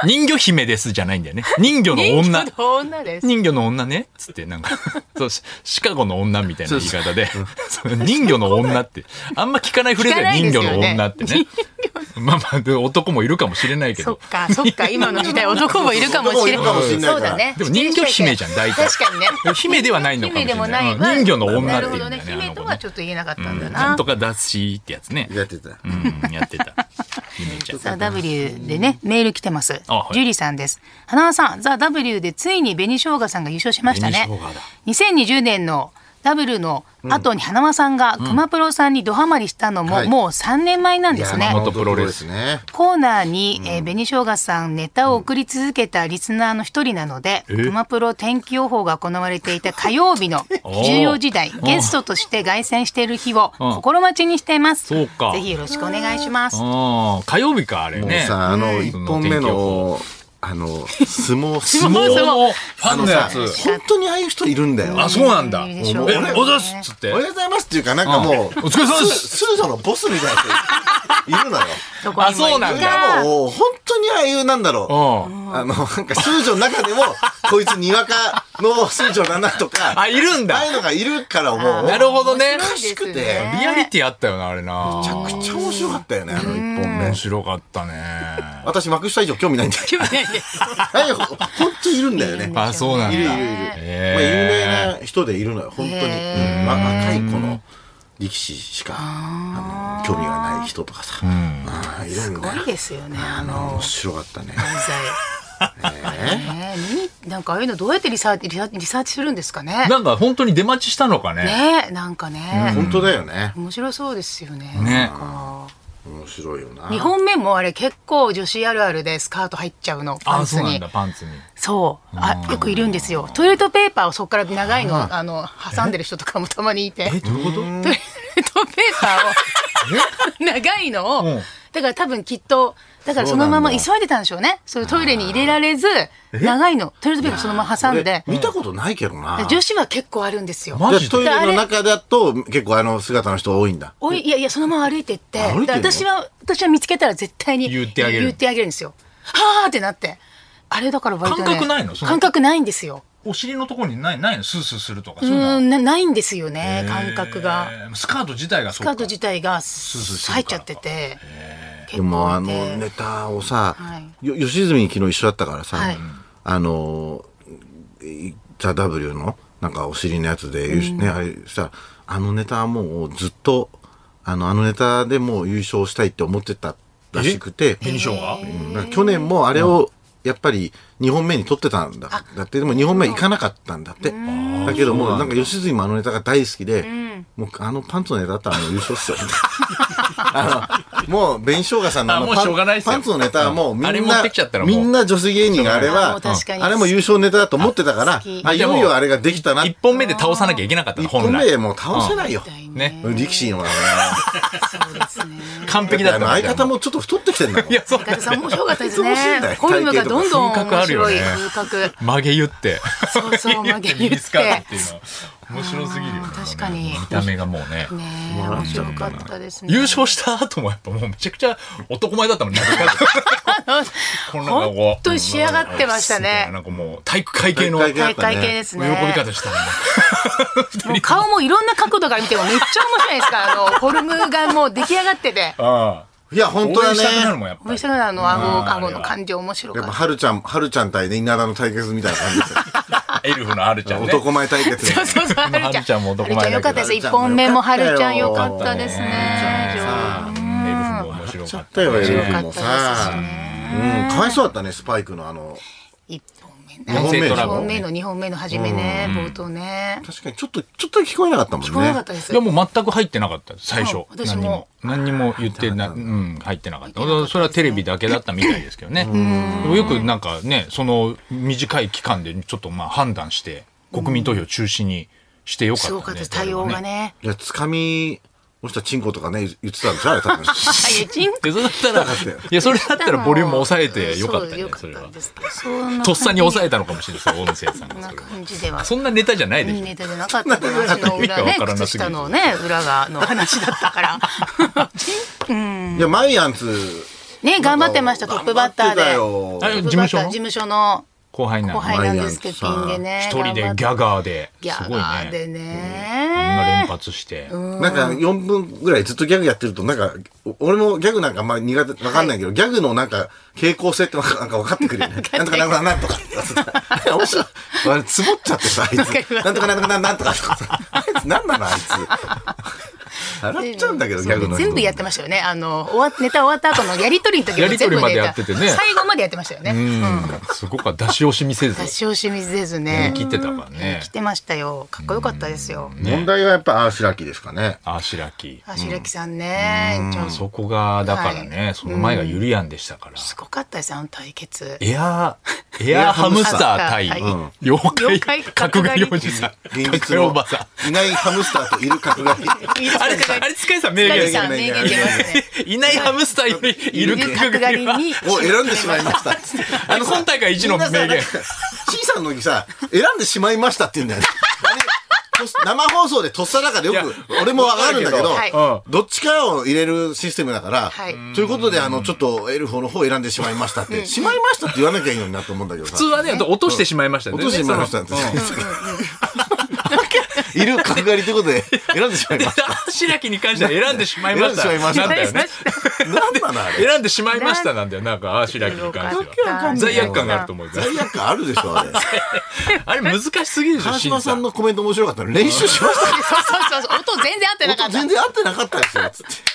Speaker 2: 人魚姫ですじゃないんだよね。人魚の女。
Speaker 4: 人気の女です
Speaker 2: 人魚の女ねっつってなんかそうシシカゴの女みたいな言い方でその人魚の女ってあんま聞かないフレーズ
Speaker 4: 聞
Speaker 2: だ
Speaker 4: かない
Speaker 2: よ
Speaker 4: です
Speaker 2: 人
Speaker 4: よ
Speaker 2: 魚
Speaker 4: ね
Speaker 2: の女ってねまあまあで男もいるかもしれないけ
Speaker 4: そっ
Speaker 2: ど
Speaker 4: かそっか今の時代男もいるかもし
Speaker 3: 男もい
Speaker 4: れない
Speaker 3: るかもしれないから
Speaker 4: そうだね
Speaker 2: でも人魚姫じゃん大体
Speaker 4: 確かにね
Speaker 2: 姫ではないのかもしれない
Speaker 4: 姫でも
Speaker 2: うん人魚の女って
Speaker 4: なる
Speaker 2: い
Speaker 4: ほ
Speaker 2: うんだよ
Speaker 4: ど
Speaker 2: ね
Speaker 4: ね姫と
Speaker 2: あの子ね
Speaker 4: はちょっと言えなかったんだ
Speaker 2: な
Speaker 4: なん
Speaker 2: とかだしってやつね
Speaker 3: やってた。
Speaker 2: うんやってたゆめちゃん
Speaker 4: ザ・ W でね、メール来てます。
Speaker 2: あはい
Speaker 4: ジュリさんです。花輪さん、ザ・ W でついに紅生姜さんが優勝しましたね
Speaker 2: 紅生姜だ。
Speaker 4: 2020年の W の後に花輪さんが熊プロさんにドハマりしたのも、
Speaker 3: はい
Speaker 4: もう3年前なんですね
Speaker 2: い。や元プロレス
Speaker 3: ね。
Speaker 4: コーナーに、えー、紅生姜さんネタを送り続けたリスナーの一人なので、熊プロ天気予報が行われてい た火曜日の
Speaker 2: おー
Speaker 4: 14時台ゲストとして凱旋している日を
Speaker 2: うん
Speaker 4: 心待ちにしています。
Speaker 2: そうか
Speaker 4: ぜひよろしくお願いします。
Speaker 2: あー火曜日かあれ
Speaker 3: もう
Speaker 2: ね
Speaker 3: さ、あの、一
Speaker 2: そ
Speaker 3: 本目
Speaker 2: 天気予報
Speaker 3: の、あの、相撲、相
Speaker 2: 相撲
Speaker 3: 撲。
Speaker 2: のファンのやつ
Speaker 3: 本当にああいう人いるんだよ。
Speaker 2: あそうなんだ
Speaker 4: いい
Speaker 2: え
Speaker 4: でしょう
Speaker 2: お
Speaker 4: ね
Speaker 2: ざっすっつって
Speaker 3: おはようございますっていうか、なんかもう、
Speaker 2: うんお疲れ様です
Speaker 3: スーザのボスみたいな人いるのよ。
Speaker 4: どこにも
Speaker 2: あそうなんだ
Speaker 3: い
Speaker 4: いるか
Speaker 3: やもう、本当にああいう、なんだろう。
Speaker 2: うん
Speaker 3: あの、なんか、数女の中でも、 こいつにわかの数女だなとか、
Speaker 2: あいるんだ
Speaker 3: ああいうのがいるからもう、
Speaker 2: なるほどね
Speaker 4: 面白いで
Speaker 3: お
Speaker 4: す
Speaker 3: かしくて
Speaker 2: リアリティあったよなあれな
Speaker 3: めっちゃ面白かったよね、あの一本目
Speaker 2: 面。白かったね。
Speaker 3: 私、幕下以上興味ないんだけど。 はい、ほんといるんだよね。まあ、
Speaker 2: あ、そうなんだ。
Speaker 4: いるい
Speaker 3: るいる有
Speaker 2: え
Speaker 3: 名な人でいるのよ、本当に。
Speaker 4: へ
Speaker 3: うんまあ若い子の力士しか、あの、興味がない人とかさ。ああいるんだ
Speaker 4: す
Speaker 3: よ
Speaker 4: ごい。ですよね。あの
Speaker 3: 面白かったね。
Speaker 4: 題材。
Speaker 3: ね
Speaker 4: ねえ、になんかああいうのどうやってリサーチリサリサーチするんですかね
Speaker 2: ー。。なんか本当に出待ちしたのかね。
Speaker 4: ねえ、なんかね、
Speaker 3: 本当だよね。
Speaker 4: 面白そうですよね。
Speaker 2: ね
Speaker 4: なんか
Speaker 3: 面白いよな。
Speaker 4: 二本目もあれ結構女子あるあるでスカート入っちゃうのパ
Speaker 2: あ、
Speaker 4: ン
Speaker 2: そ
Speaker 4: ツ
Speaker 2: うなん
Speaker 4: に
Speaker 2: だ、。パンツに。
Speaker 4: そう、あよくいるんですよ。トイレットペーパーをそこから長いのあの挟んでる人とかもたまにいて。
Speaker 2: え、どういうこと
Speaker 4: トイレットペーパーを長いのを、
Speaker 2: うん
Speaker 4: だから多分きっとだからそのまま
Speaker 3: そう
Speaker 4: 急
Speaker 3: なん
Speaker 4: いでたんでしょうねそういうトイレに入れられず長いのトイレットペーパーそのまま挟んで
Speaker 3: 俺見たことないけどな。
Speaker 4: 女子は結構あるんですよ。
Speaker 2: マジ
Speaker 3: じゃあトイ
Speaker 2: で
Speaker 3: レの中だと結構あの姿の人多いんだ。
Speaker 4: おいいやいやそのまま歩いてって
Speaker 3: 歩いてんの
Speaker 4: だから私は私は見つけたら絶対に
Speaker 2: 言ってあげる
Speaker 4: 言ってあげるんですよ。はあってなってあれだから割と、ね、
Speaker 2: 感覚ないのその
Speaker 4: 感覚ないんですよ。
Speaker 2: お尻のところにない、ないのスースーするとか、
Speaker 4: う
Speaker 2: そう
Speaker 4: ー
Speaker 2: なの
Speaker 4: んなないんですよね
Speaker 2: へー
Speaker 4: 感覚が。
Speaker 2: スカート自体がそ
Speaker 4: ス
Speaker 2: うか
Speaker 4: カート自体が
Speaker 2: ーする
Speaker 4: 入っちゃってて。
Speaker 3: で
Speaker 4: 結構
Speaker 3: もあ
Speaker 4: いて
Speaker 3: のネタをさ、
Speaker 4: は
Speaker 3: よ吉住昨日一緒だったからさ、
Speaker 4: はい
Speaker 3: あのーザ・ W のなんかお尻のやつで、ね、あれしたら、あのネタはもうずっと、あの、あのネタでもう優勝したいって思ってたらしくて、
Speaker 2: 印象が
Speaker 3: うんだから去年もあれを、やっぱり2本目に取ってたんだ。だって、でも2本目行かなかったんだって。だけども、なんか吉住もあのネタが大好きで、もうあのパンツのネタだったらもう優勝っすよ。 あの、もう、弁償がさんのあの
Speaker 2: あもう
Speaker 3: パン
Speaker 2: しょうがないっすよ
Speaker 3: パンツのネタはもうみん
Speaker 2: あれ持っ
Speaker 3: な
Speaker 2: てきちゃったら、もう
Speaker 3: みんな女子芸人があれ
Speaker 4: も
Speaker 3: は
Speaker 4: う、確かに
Speaker 3: あれも優勝ネタだと思ってたから
Speaker 4: 好き、
Speaker 3: あ、いよいよあれができたな。
Speaker 2: 一本目で倒さなきゃいけなかったの
Speaker 3: 一
Speaker 2: 本
Speaker 3: 本目で
Speaker 2: 来
Speaker 3: もう倒せないよ。
Speaker 2: ね
Speaker 3: 力士のあ
Speaker 4: そうですね。
Speaker 2: 完
Speaker 3: れ
Speaker 2: 璧だった
Speaker 3: あの
Speaker 2: みたいな
Speaker 3: 相方もちょっと太ってきてんだもん
Speaker 2: い。やそう
Speaker 4: 中田さん 面白かったです
Speaker 3: 面白いんだ
Speaker 4: ね
Speaker 3: よ。
Speaker 4: フォルムがどんどん面
Speaker 2: 風格あるよ
Speaker 4: 白い
Speaker 2: ね
Speaker 4: 風格。
Speaker 2: 曲げ湯って
Speaker 4: そうそう曲げ湯って
Speaker 2: ミニ スカートっていうのは面白すぎるよね
Speaker 4: 確かに
Speaker 2: 見た目がもうね
Speaker 4: ねえ面白かったですね。
Speaker 2: 優勝した後もやっぱもうめちゃくちゃ男前だったもんねこんなのがこ
Speaker 4: 本当に仕上がってました
Speaker 2: う
Speaker 4: ね。
Speaker 2: なんかもう体育会系の喜
Speaker 3: 体育
Speaker 2: び
Speaker 3: 会
Speaker 4: 大会系ですね。
Speaker 2: 方したもんね
Speaker 4: もう顔もいろんな角度から見てもめっちゃ面白いですから、あの、 フォルムがもう出来上がってて。
Speaker 2: あ
Speaker 3: いや、本当
Speaker 2: 応
Speaker 3: だ
Speaker 2: 援したくなる
Speaker 3: ね。
Speaker 2: もんやっぱ
Speaker 4: 面
Speaker 2: り
Speaker 4: 白いなあの顎、
Speaker 2: あー
Speaker 4: 顎の感じ面白
Speaker 3: や
Speaker 4: か
Speaker 3: っ
Speaker 4: っ
Speaker 3: ぱ、
Speaker 4: た。
Speaker 3: はるちゃん、はるちゃん対ね、稲田の対決みたいな感じ ですよ。
Speaker 2: エルフのあるちゃんね
Speaker 3: 男前対決。
Speaker 4: そうそうそう、
Speaker 2: まあ
Speaker 4: は
Speaker 2: は
Speaker 4: る
Speaker 2: る
Speaker 4: ち
Speaker 2: ち
Speaker 4: ゃ
Speaker 2: ゃ
Speaker 4: ん。
Speaker 2: んも男
Speaker 4: はるちゃ
Speaker 2: 前
Speaker 4: んよ
Speaker 2: だ
Speaker 4: か
Speaker 2: け
Speaker 4: ったで
Speaker 2: ど
Speaker 4: す。一本目もはるちゃんよかったです
Speaker 3: は
Speaker 4: ね。
Speaker 3: るちゃん
Speaker 4: 上手
Speaker 2: エルフも面白か
Speaker 3: 買
Speaker 2: っ
Speaker 3: ったたよ、エル
Speaker 4: 白
Speaker 3: フ
Speaker 4: かった
Speaker 3: も
Speaker 4: です
Speaker 3: さ。
Speaker 4: し
Speaker 3: うん、かわいそうだったね、スパイクのあの、
Speaker 4: 一本目ね。
Speaker 3: 二本目でしょ
Speaker 4: 二本目の二本目の初めね、冒頭ね。
Speaker 3: 確かにちょっと、ちょっと聞こえなかったもんね。
Speaker 4: 聞こえなかったです
Speaker 2: いや。もう全く入ってなかった最初
Speaker 4: そう私
Speaker 2: 何に
Speaker 4: も
Speaker 2: も何にも言ってな、うん、入ってなかったそれはテレビだけだったみたいですけどねでもよくなんかねその短い期間でちょっとまあ判断して国民投票中止にしてよか
Speaker 4: すご
Speaker 2: った
Speaker 4: かっ
Speaker 2: ね
Speaker 4: たです。対応がね。
Speaker 3: いや、つかみ、もしかしたらチンコとかね、言ってたんでしょあれ多 分。
Speaker 4: あ、いや、人
Speaker 2: でそれだったらいやそれだったらボリューム抑えてよかったねそれは とっさに抑えたのかもしれないです音声さん
Speaker 4: こん
Speaker 2: が
Speaker 4: な
Speaker 2: それは
Speaker 4: 感じでは。
Speaker 2: そんなネタじゃないで
Speaker 4: いい
Speaker 2: しょ
Speaker 4: ネタじゃなかったって話の裏
Speaker 2: 意味がわ
Speaker 4: ね、
Speaker 2: からな
Speaker 4: 靴
Speaker 2: すぎ
Speaker 4: 下
Speaker 2: る
Speaker 4: のね、裏がの話だったから。
Speaker 3: いや、マイアンツ。
Speaker 4: ね、頑張ってました、トップバッターで。
Speaker 3: 頑張っ
Speaker 2: あ
Speaker 3: てたよ
Speaker 2: れ
Speaker 4: ト
Speaker 2: 事
Speaker 4: ップ
Speaker 2: 務
Speaker 4: バッター
Speaker 2: 所
Speaker 4: 事務所の
Speaker 2: 後輩な
Speaker 4: 後
Speaker 2: の
Speaker 4: 輩なんですけど、ピンでね。
Speaker 2: 一人でギ
Speaker 4: 頑張っ
Speaker 2: ャガーで
Speaker 4: ギャ
Speaker 2: すごい
Speaker 4: ガーで
Speaker 2: ねこんな連
Speaker 4: ね。
Speaker 2: 発して
Speaker 3: なんか4分ぐらいずっとギャグやってると、なんか、お俺もギャグなんかあんまり苦手、わかんないけど、ギャグのなんか、傾向性ってなんかなんか分かってくるよね。なんとかなんとかなんとかって面白い。あれ、つぼっちゃってさ、あい
Speaker 4: わかり
Speaker 3: つ。
Speaker 4: ます
Speaker 3: なんとかなんとかなんとかとかさ。あいつ、なんなのあいつ。笑っちゃうんだけど、ギャグの人。
Speaker 4: 全部やってましたよね。あの、終わネタ終わった後のやりとりの時も
Speaker 2: やりと
Speaker 4: 全
Speaker 2: り
Speaker 4: 部
Speaker 2: まで
Speaker 4: ネタ
Speaker 2: やっててね
Speaker 4: 最後までやってましたよね。うん。
Speaker 2: すごく出し惜しみせず
Speaker 4: 合唱清水です
Speaker 2: や
Speaker 4: ね
Speaker 2: り。きってたからね
Speaker 4: 来。てましたよ。かっこよかったですよ。
Speaker 3: 問題はやっぱ、ああ、白木ですかね。
Speaker 2: あしらき。
Speaker 4: あ、白木さんね。ちょす
Speaker 2: そこが、だからね、その前がゆりやんでしたから。
Speaker 4: ごかったです、あの対決。
Speaker 2: エアー、エアーハムスター対
Speaker 4: エアーハム
Speaker 2: 妖怪、
Speaker 4: 妖怪角
Speaker 2: 角
Speaker 4: 刈
Speaker 2: 刈
Speaker 4: り
Speaker 2: りおじさん、
Speaker 3: 現
Speaker 2: 角刈
Speaker 3: 実
Speaker 2: りお
Speaker 3: の
Speaker 2: ばさ
Speaker 3: いないハムスターといる角刈り。
Speaker 4: いいで
Speaker 2: ん。
Speaker 4: すね
Speaker 2: あれ、あれ、塚井さん名
Speaker 4: 塚
Speaker 2: 言
Speaker 4: 地さん名言出ますね。
Speaker 2: いないハムスターよりいる角
Speaker 4: 角
Speaker 2: 刈
Speaker 4: 刈
Speaker 2: り
Speaker 4: り
Speaker 2: は。
Speaker 4: に
Speaker 3: を選んでしまいました。
Speaker 2: あの、今大会一の名
Speaker 3: みんな
Speaker 2: 言。
Speaker 3: さなんか C さんの時さ、選んでしまいましたって言うんだよね。あれと生放送でとっさだからよ
Speaker 2: いや
Speaker 3: く、俺もわかるんだけど、
Speaker 4: はい
Speaker 3: どっちかを入れるシステムだから、
Speaker 4: はい
Speaker 3: ということで、あの、ちょっとエルフの方を選んでしまいましたって、しまいましたって言わなきゃいいのになと思うんだけどさ。
Speaker 2: 普通はね、落としてしまいましたね。
Speaker 3: 落としてしまいましたって。いる角刈りということで、選んでしまいました。
Speaker 2: 白木に関しては選んでしまいました。
Speaker 3: 選んでしまいました
Speaker 2: なんだよね。
Speaker 3: なんでなのあれ。
Speaker 2: 選んでしまいましたなんだよ、なんか、あ白木に関
Speaker 4: よ
Speaker 2: して
Speaker 4: くわかんな
Speaker 2: は。
Speaker 4: い
Speaker 2: 罪悪感があると思うから。
Speaker 3: 罪悪感あるでしょ、あれ。
Speaker 2: あれ難しすぎるでしょ、
Speaker 3: 川
Speaker 2: 審
Speaker 3: 島
Speaker 2: 査。
Speaker 3: さんのコメント面白かったの練習しました
Speaker 4: そうそうそう、音全然合ってなか
Speaker 3: 音
Speaker 4: った
Speaker 3: 全。然合ってなかったですよ。つって。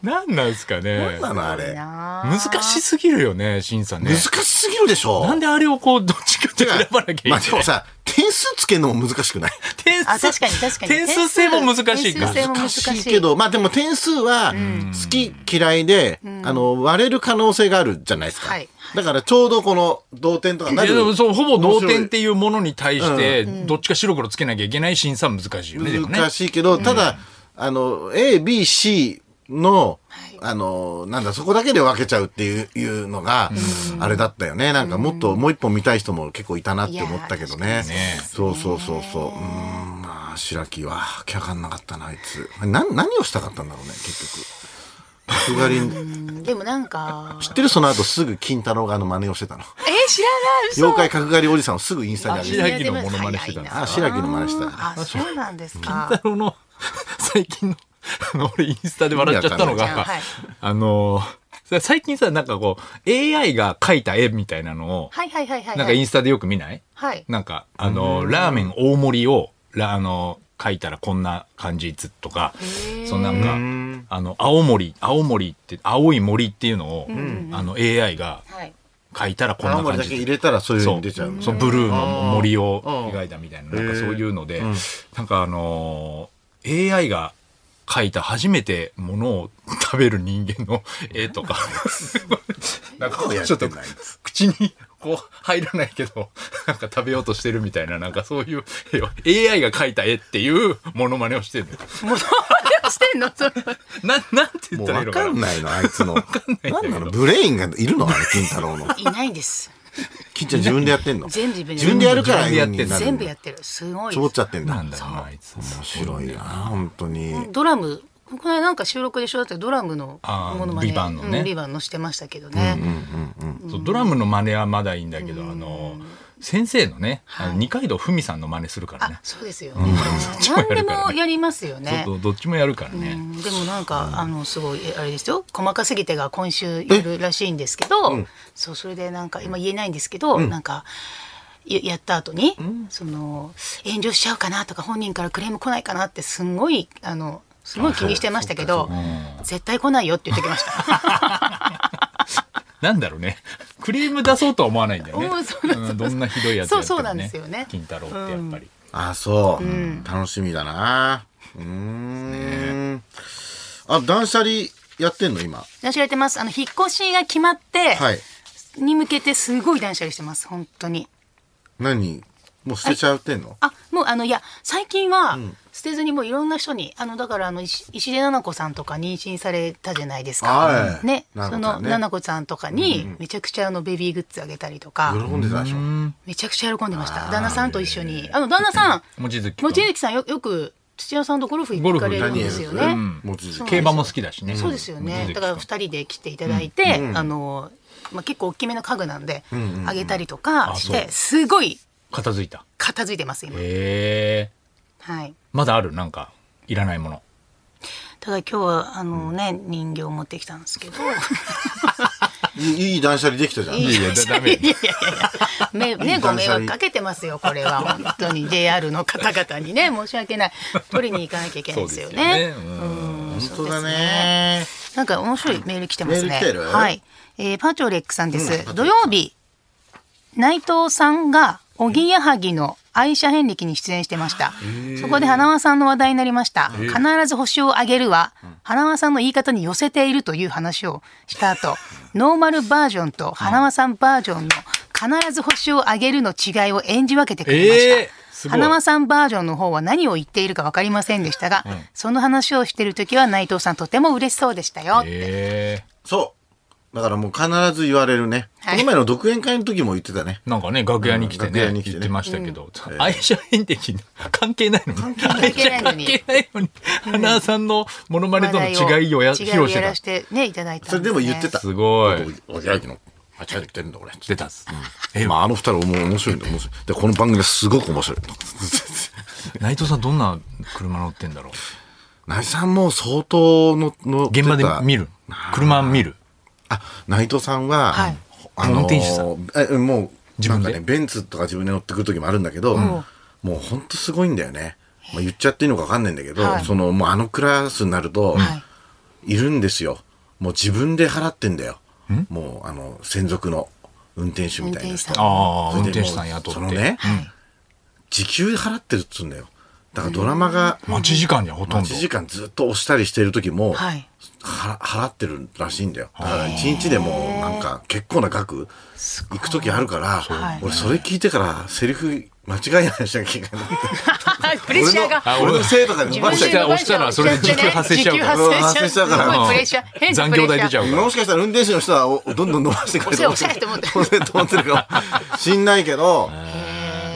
Speaker 2: 何なんですかね。
Speaker 3: なんなのあれ。
Speaker 4: なあ
Speaker 2: 難しすぎるよね、審査ね
Speaker 3: 難。しすぎるでしょ。
Speaker 2: なんであれをこう、どっちかって選ばなきゃいけ
Speaker 3: ま
Speaker 2: な
Speaker 3: あ
Speaker 2: い
Speaker 3: で。もさ、点数つけるのも難し くない。
Speaker 2: 点数
Speaker 4: あ確かに確かに
Speaker 2: 点数制も難しいか
Speaker 4: 点数制
Speaker 2: ら。
Speaker 4: も難しい
Speaker 3: けど、まあでも点数は好き嫌いで、あの、割れる可能性があるじゃないですか
Speaker 4: はい。
Speaker 3: だからちょうどこの同点とか
Speaker 2: い
Speaker 3: な
Speaker 2: や
Speaker 3: る。
Speaker 2: でもそうほぼ同点って
Speaker 3: 面
Speaker 2: いうものに対して、どっちか白黒つけなきゃいけない審査は難しいよね、で
Speaker 3: 白い
Speaker 2: もね。
Speaker 3: 難しいけど、ただ、あの、A、B、C の
Speaker 4: い、
Speaker 3: あの、なんだ、そこだけで分けちゃうっていういうのが、あれだったよね。なんかもっと、もう一本見たい人も結構いたなって思ったけどね。そうそうそうそう。うーん、まあ、白木は、キャがんなかったな、あいつ。な、何をしたかったんだろうね、結局。角刈りに、
Speaker 4: でもなんか、
Speaker 3: 知ってるその後すぐ金太郎があの真似をしてたの。
Speaker 4: え、知らない、嘘。
Speaker 3: 妖怪角刈りおじさんをすぐインスタに上げ
Speaker 2: 白木
Speaker 3: て
Speaker 2: のモノマネしてたんです
Speaker 3: あ、白木の真似した。
Speaker 4: あ、そうなんですか
Speaker 2: あ。の、 最近の、あの俺インスタで笑っちゃったの
Speaker 3: いい
Speaker 4: やか
Speaker 2: が
Speaker 4: らはい、
Speaker 2: あの、さ最近さ、なんかこう、AI が描いた絵みたいなのを、
Speaker 4: はいはいはいはいはい。
Speaker 2: なんかインスタでよく見ない
Speaker 4: はい
Speaker 2: なんか、あの、ラーメン大盛りを、ラあの、書いたらこんな感じつとか、そのなんか、あの、青森、青森って、青い森っていうのを、あの、AI が
Speaker 4: はい。
Speaker 2: 書いたらこんな
Speaker 3: 青
Speaker 2: 感じ
Speaker 3: 森だけ入れたらそういう風に出ちゃうの
Speaker 2: そうブルーの森を描いたみたいななんかそういうので、なんかあのー AI が描いた初めてものを食べる人間の絵 とかなんかこうちょっと口にこう入らないけどなんか食べようとしてるみたいななんかそういう絵を AI が描いた絵っていうモノマネをしてるの
Speaker 4: あれ してんのそれ
Speaker 2: ななんて言
Speaker 3: も
Speaker 2: った
Speaker 3: う
Speaker 2: らいいのか
Speaker 3: 分か
Speaker 2: なん
Speaker 3: ないのあいつの
Speaker 2: ないんだけど
Speaker 3: 何なのブレインがいるのあれ金太郎の
Speaker 4: いないんです。
Speaker 3: 金ちゃん自分でやってんの
Speaker 4: 全部自分で
Speaker 3: 自分でやるから絵になるんだ
Speaker 4: 全部やってる。すごい
Speaker 3: つぼ
Speaker 4: で
Speaker 3: っちゃってんだ
Speaker 2: なん
Speaker 3: 面
Speaker 2: だろうなあいつ
Speaker 3: 白いな本当に
Speaker 4: す。ドラム、この間なんか収録でしょだってドラムの
Speaker 2: あー
Speaker 4: ものまね。
Speaker 2: ビバンのね
Speaker 4: うんビバンのしてましたけどね。
Speaker 2: そうドラムの真似はまだいいんだけどあの先生のね、あの二階堂ふみさんの真似するからね
Speaker 4: あ、 そうですよね。何でもやりますよね
Speaker 2: ど。どどっちもやるから
Speaker 4: う
Speaker 2: ね。
Speaker 4: んでもなんか、あのすごいえあれですよ細かすぎてが今週やるらしいんですけど、そうそれでなんか今言えないんですけど、なんかややった後に、その炎上しちゃうかなとか本人からクレーム来ないかなってすんごいあのすごい気にしてましたけど、絶対来ないよって言ってきました。
Speaker 2: なんだろうね。 クレーム出そうとは思わないんだよね。
Speaker 4: うん そうなんです
Speaker 2: うんどんなひどいやつやってもね。
Speaker 4: そうそうなんですよね
Speaker 2: 金太郎ってやっぱり。
Speaker 3: あそう楽しみだなうーんあ断捨離やってんの今
Speaker 4: 断捨離やってます。あの引っ越しが決まって、
Speaker 3: はい
Speaker 4: に向けてすごい断捨離してます本当に。
Speaker 3: 何もう捨てちゃってんの
Speaker 4: あもうあのいや最近は捨てずにもういろんな人にあのだからあの石石出奈々子さんとか妊娠されたじゃないですか、
Speaker 3: はい
Speaker 4: ね
Speaker 3: 奈々子
Speaker 4: その
Speaker 3: さんね
Speaker 4: 奈々子さんとかにめちゃくちゃあのベビーグッズあげたりとか、
Speaker 3: 喜んでたでしょ
Speaker 4: めちゃくちゃ喜んでました旦那さんと一緒にあの旦那さん
Speaker 2: 望月君
Speaker 4: 望月さんよよく土屋さんとゴルフ行かれるんですよ
Speaker 3: ゴルフ何
Speaker 4: ね。
Speaker 3: やるうん望月
Speaker 4: そう
Speaker 2: 競馬も好きだしね。
Speaker 4: そうですよね。だから二人で来ていただいて、あのまあ結構大きめの家具なんであげたりとかして、すごい
Speaker 2: 片付いた。
Speaker 4: 片付いてます今。
Speaker 2: へえ。
Speaker 4: はい。
Speaker 2: まだあるなんかいらないもの。
Speaker 4: ただ今日はあのね、人形を持ってきたんですけど
Speaker 3: いいいい断捨離できたじゃん
Speaker 4: いい
Speaker 2: やだダメよ
Speaker 4: いやいやいやめ ね
Speaker 3: いい断捨
Speaker 4: ご
Speaker 3: 離
Speaker 4: 迷惑かけてますよこれは本当に JR の方々にね申し訳ない取りに行かなきゃいけないんですよね
Speaker 2: そうですよ
Speaker 4: うん
Speaker 3: 本
Speaker 4: そ
Speaker 3: 当
Speaker 4: うで
Speaker 3: だ
Speaker 4: す
Speaker 3: ね
Speaker 4: なんか面白いメール来てますね
Speaker 3: メール来てる
Speaker 4: はい、えー、パーチョレックさんです、
Speaker 3: うん
Speaker 4: 土曜日内藤さんがおぎやはぎの愛車遍歴に出演してました、そこで花輪さんの話題になりました、必ず星をあげるは花輪さんの言い方に寄せているという話をした後ノーマルバージョンと花輪さんバージョンの必ず星をあげるの違いを演じ分けてくれました、
Speaker 2: えーすごい
Speaker 4: 花輪さんバージョンの方は何を言っているか分かりませんでしたが、その話をしている時は内藤さんとても嬉しそうでしたよ、
Speaker 2: へえ。
Speaker 3: そうだからもう必ず言われるね
Speaker 4: はい
Speaker 3: この前の独演会の時も言ってたね
Speaker 2: なんかね楽屋に来て
Speaker 3: うん楽
Speaker 2: ね
Speaker 3: 屋に来て
Speaker 2: 言
Speaker 3: ね
Speaker 2: ってましたけど、愛車遍歴関係ないのに
Speaker 4: 関係ないのに
Speaker 2: 愛車関係ないのに花輪さんのモノマネとの違いをや
Speaker 4: 話
Speaker 2: 披
Speaker 4: 題
Speaker 2: 露
Speaker 4: を違
Speaker 2: し
Speaker 4: い
Speaker 2: て
Speaker 4: をやら
Speaker 2: た
Speaker 4: せ。てねいただいたん
Speaker 3: それでも言ってた
Speaker 2: すごい
Speaker 3: おおぎやはぎのあちゃってんだ俺
Speaker 2: 出たっす。
Speaker 3: えまああの二人も面白いんだ面白いでこの番組がすごく面白い
Speaker 2: 内藤さんどんな車乗ってんだろう。
Speaker 3: 内さんも相当のの
Speaker 2: 現場で見る車見る
Speaker 3: あ内藤さんは、
Speaker 4: はい
Speaker 3: あ
Speaker 2: 運転手さ
Speaker 3: えもう
Speaker 2: 自分で
Speaker 3: なんかねベンツとか自分で乗ってくる時もあるんだけど、もうほんとすごいんだよね、まあ、言っちゃっていいのか分かんないんだけど、
Speaker 4: はい
Speaker 3: そのもうあのクラスになると、
Speaker 4: は
Speaker 3: い、
Speaker 4: い
Speaker 3: るんですよもう自分で払ってんだよもうあの専属の運転手みたいな人
Speaker 4: 運転手さ
Speaker 2: ああ運転手さ
Speaker 3: それでもう
Speaker 4: ん
Speaker 2: ん雇って
Speaker 3: そのね、時給で払ってるっつうんだよだからドラマが
Speaker 2: 待ち時間じゃんほとん
Speaker 3: 1
Speaker 2: ど
Speaker 3: 時間ずっと押したりしてる時も、
Speaker 4: はい
Speaker 3: は払ってるらしいんだよだから1日でもうなんか結構な額行く時あるから
Speaker 4: はい
Speaker 3: 俺それ聞いてからセリフ間違いないしなきゃいけない
Speaker 4: プレッシャーが
Speaker 2: あ
Speaker 3: 俺のせいとかで
Speaker 4: 自
Speaker 3: 伸
Speaker 4: 分
Speaker 3: ば
Speaker 4: で
Speaker 3: しち
Speaker 2: 自分で押した
Speaker 3: ゃいけない
Speaker 2: らそれで時給発生しちゃうから
Speaker 4: 時給発生しちゃう
Speaker 3: うん発生しちゃうから
Speaker 4: すごいプレッシャー変な
Speaker 2: 残
Speaker 4: プレッシャ
Speaker 2: 業
Speaker 4: ー
Speaker 2: 代出ちゃうから
Speaker 3: もしかしたら運転手の人はおどんどん伸ばしてくれて
Speaker 4: お世話してもらって
Speaker 3: お世話してもらってるかもしんないけど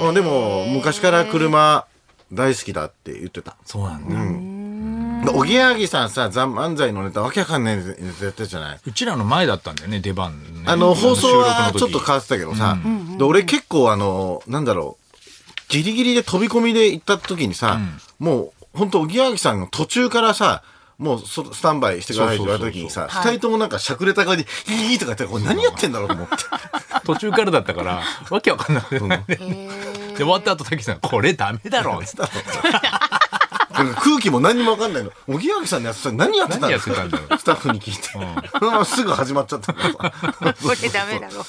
Speaker 3: まあでも昔から車大好きだって言ってた
Speaker 2: そうなんだ、う
Speaker 3: でおぎやはぎさんさ「ザ漫才のネタわけわかんないネタやったじゃない
Speaker 2: ちらの前だったんだよね出番ね
Speaker 3: あの、放送はちょっと
Speaker 2: か
Speaker 3: 変わってたけどさ、で俺結構あの、なんだろう、ギリギリで飛び込みで行った時にさ、もう、ほんと、おぎやはぎさんの途中からさ、もうそスタンバイしてくださいって言われた時にさ、
Speaker 4: そうそうそうそう
Speaker 3: 二人ともなんかしゃくれた顔に、いいとか言って、これ何やってんだろうと思って。
Speaker 2: 途中からだったから、わけわかんなくて、で、終わった後、滝さん、これダメだろ、つって。
Speaker 3: なんか空気も何にもわかんないの。おぎやはぎさんのやつそれ何やってたんですか
Speaker 2: 何やってたんだろう
Speaker 3: スタッフに聞いて。そのま ますぐ始まっちゃったからさ。
Speaker 4: これダメだろ。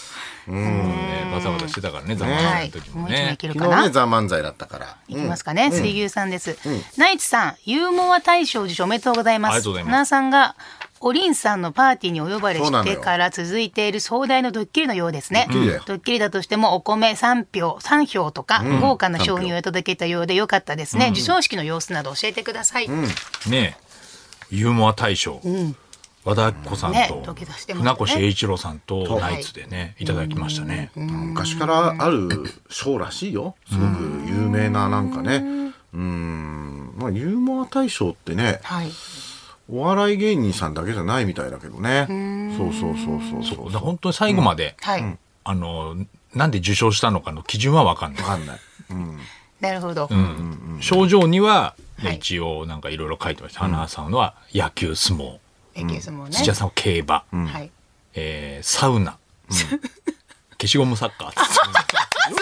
Speaker 2: ねバタバタしてたからね、ザマ
Speaker 4: は
Speaker 2: さん
Speaker 4: い
Speaker 2: の時。
Speaker 4: も
Speaker 2: も
Speaker 4: う一枚
Speaker 2: ね
Speaker 4: い。ける
Speaker 3: 昨
Speaker 4: か
Speaker 3: 日
Speaker 4: な
Speaker 3: ね、。ザ・漫才だったから。
Speaker 4: いきますかね、水牛さんです、ナイツさん、ユーモア大賞受賞おめでとうございま
Speaker 2: あり
Speaker 4: す。
Speaker 2: がとうございます
Speaker 4: ナナさんが、おりんさんのパーティーにお呼ばれ
Speaker 3: そうな
Speaker 4: し
Speaker 3: の
Speaker 4: て
Speaker 3: よ
Speaker 4: から続いている壮大なドッキリのようですね。
Speaker 3: ドッキリだよ
Speaker 4: ドッキリだとしても、お米3票、3票とか、豪華な商品を届けたようでよかったですね。授賞式の様子など教えてください。
Speaker 2: ねユーモア大賞。和田アキ子さん
Speaker 4: ね
Speaker 2: と、
Speaker 4: 土下座してました
Speaker 2: 船
Speaker 4: ね
Speaker 2: 越英一郎さんとナイツでね、いただきましたね。
Speaker 3: 昔からある賞らしいよ。すごく有名ななんかね。うん。まあ、ユーモア大賞ってね、
Speaker 4: はい。
Speaker 3: お笑い芸人さんだけじゃないみたいだけどね。そうそうそうそう
Speaker 2: だ
Speaker 3: そ
Speaker 2: か
Speaker 3: う。
Speaker 2: ら本当に最後まで、
Speaker 4: はい。
Speaker 2: あの、なんで受賞したのかの基準はわかんない
Speaker 3: わ。かんない。
Speaker 4: なるほど。
Speaker 2: 症状には、ね
Speaker 4: はい
Speaker 2: 一応なんかいろいろ書いてました。花さんのは野球、相撲、
Speaker 4: エキスもね。
Speaker 2: 土屋さんは競馬、
Speaker 4: はい。
Speaker 2: えーサウナ、消しゴムサッカーって。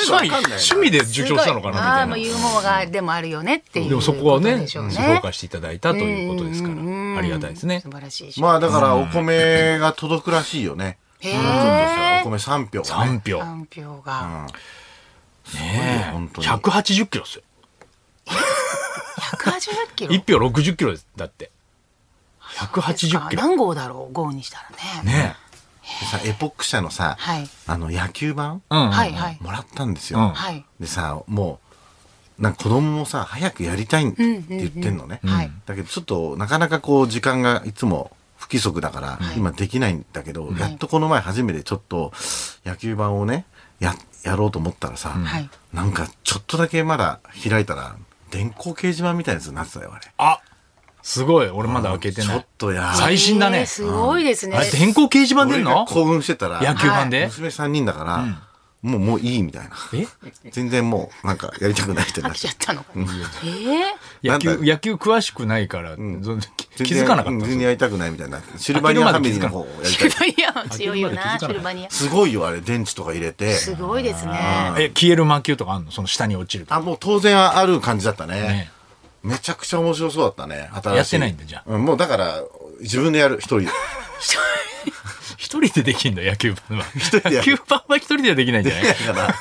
Speaker 3: くわかんないな
Speaker 2: 趣味で受賞したのか
Speaker 4: あ
Speaker 2: な
Speaker 4: あー、もう
Speaker 2: みたい
Speaker 4: ユーモアがでもあるよねってい
Speaker 2: な。
Speaker 4: う。
Speaker 2: でもそこはね、
Speaker 4: 評
Speaker 2: 評価していただいたということですから、ありがたいですね
Speaker 4: 素。晴らしい賞。
Speaker 3: まあだからお米が届くらしいよね。
Speaker 4: へ
Speaker 3: うんちょっとした
Speaker 4: え
Speaker 3: お。米3票がね。
Speaker 2: 3票。
Speaker 4: 三票が
Speaker 2: ねえ
Speaker 3: 本当に
Speaker 2: 180キロですよ。
Speaker 4: 180キロ。
Speaker 2: 1票60キロです。だって。
Speaker 4: です
Speaker 2: 180
Speaker 4: か
Speaker 2: キロ。
Speaker 4: 何号だろう号にしたらね。
Speaker 2: ね
Speaker 3: さ、エポック社のさ、
Speaker 4: はい
Speaker 3: あの野球版
Speaker 2: え。うんうん。
Speaker 4: はいはい。
Speaker 3: もらったんです
Speaker 2: うん
Speaker 3: よ。
Speaker 4: はい。
Speaker 3: でさ、もう、なんか子供もさ、早くやりたいって言ってんのね。
Speaker 4: はい
Speaker 3: だけどちょっとなかなかこう時間がいつも不規則だから、今できないんだけど、やっとこの前初めてちょっと野球盤をね、や、やろうと思ったらさ、
Speaker 4: はい
Speaker 3: なんかちょっとだけまだ開いたら、電光掲示板みたいなやつになってたよ、あれ。
Speaker 2: あすごい。俺まだ開けて
Speaker 3: ち
Speaker 2: な
Speaker 3: ょっ
Speaker 2: い。
Speaker 3: とや、
Speaker 2: 最新だ
Speaker 4: え
Speaker 2: ね
Speaker 4: ー。すごいですね
Speaker 2: あ。れ、電光掲示板出
Speaker 3: 俺
Speaker 2: る
Speaker 3: が
Speaker 2: の
Speaker 3: 興奮してたら、
Speaker 2: 野球盤で
Speaker 3: 娘3人だから、もう、もういいみたいな。
Speaker 2: え
Speaker 3: 全然もう、なんか、やりたくない人にな
Speaker 4: 飽
Speaker 3: っ
Speaker 4: きち
Speaker 3: ち
Speaker 4: ゃ
Speaker 3: ゃ
Speaker 4: っ
Speaker 3: う。
Speaker 4: たのか。ええ。
Speaker 2: 野
Speaker 3: な
Speaker 2: 球、
Speaker 3: んだ
Speaker 2: 野球詳しくないから、そ 気気づかなかっ
Speaker 3: 全
Speaker 2: た
Speaker 3: 然
Speaker 2: ん
Speaker 3: やりたくないみたいな。シルバニアファミリーの方をやりた
Speaker 4: シ
Speaker 3: い
Speaker 4: ル。バニアも強いよな、
Speaker 2: 飽きるまで気づか
Speaker 4: シ
Speaker 2: ない
Speaker 4: ルバニア。
Speaker 3: すごいよ、あれ、電池とか入れて。
Speaker 4: すごいですね。
Speaker 2: え、消える魔球とかあんのその下に落ちるとか
Speaker 3: あ、もう当然ある感じだったね。
Speaker 2: ね
Speaker 3: めちゃくちゃ面白そうだったね。新しい。
Speaker 2: やってないんだじゃあ
Speaker 3: うん、もうだから、自分でやる、一 人で。
Speaker 2: 一人でできんだ、野球盤 は。
Speaker 3: 人でや
Speaker 2: 野
Speaker 3: る
Speaker 2: 球盤は一人ではできないんじゃない
Speaker 3: だから、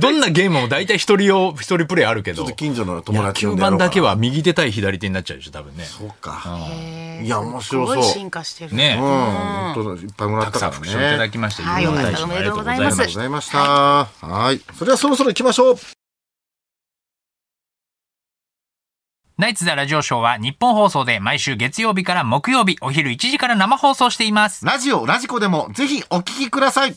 Speaker 2: どんなゲームも大体一人用、一人プレイあるけ
Speaker 3: ちょ
Speaker 2: ど
Speaker 3: っと。近所の友
Speaker 2: 野
Speaker 3: 達呼
Speaker 2: 球
Speaker 3: んでや
Speaker 2: 盤
Speaker 3: ろうかな
Speaker 2: だけ。は右手対左手になっちゃうでしょ、多分ね。
Speaker 3: そうか。
Speaker 4: えー
Speaker 3: いや面白そう
Speaker 4: すごい進化してる。
Speaker 2: ね
Speaker 3: うん、本当いっぱいもらった
Speaker 2: たくさん
Speaker 3: から
Speaker 2: 副
Speaker 3: ね。
Speaker 2: 賞いただきまして、
Speaker 4: はい
Speaker 2: ユーモア大
Speaker 4: よかった
Speaker 2: 賞
Speaker 4: おめでとうござい
Speaker 3: あ
Speaker 4: ま
Speaker 3: り
Speaker 4: す
Speaker 3: がとうございました。はい。それではそろそろ行きましょう。
Speaker 5: ナイツザラジオショーは日本放送で毎週月曜日から木曜日お昼1時から生放送しています。
Speaker 3: ラジオ、ラジコでもぜひお聞きください。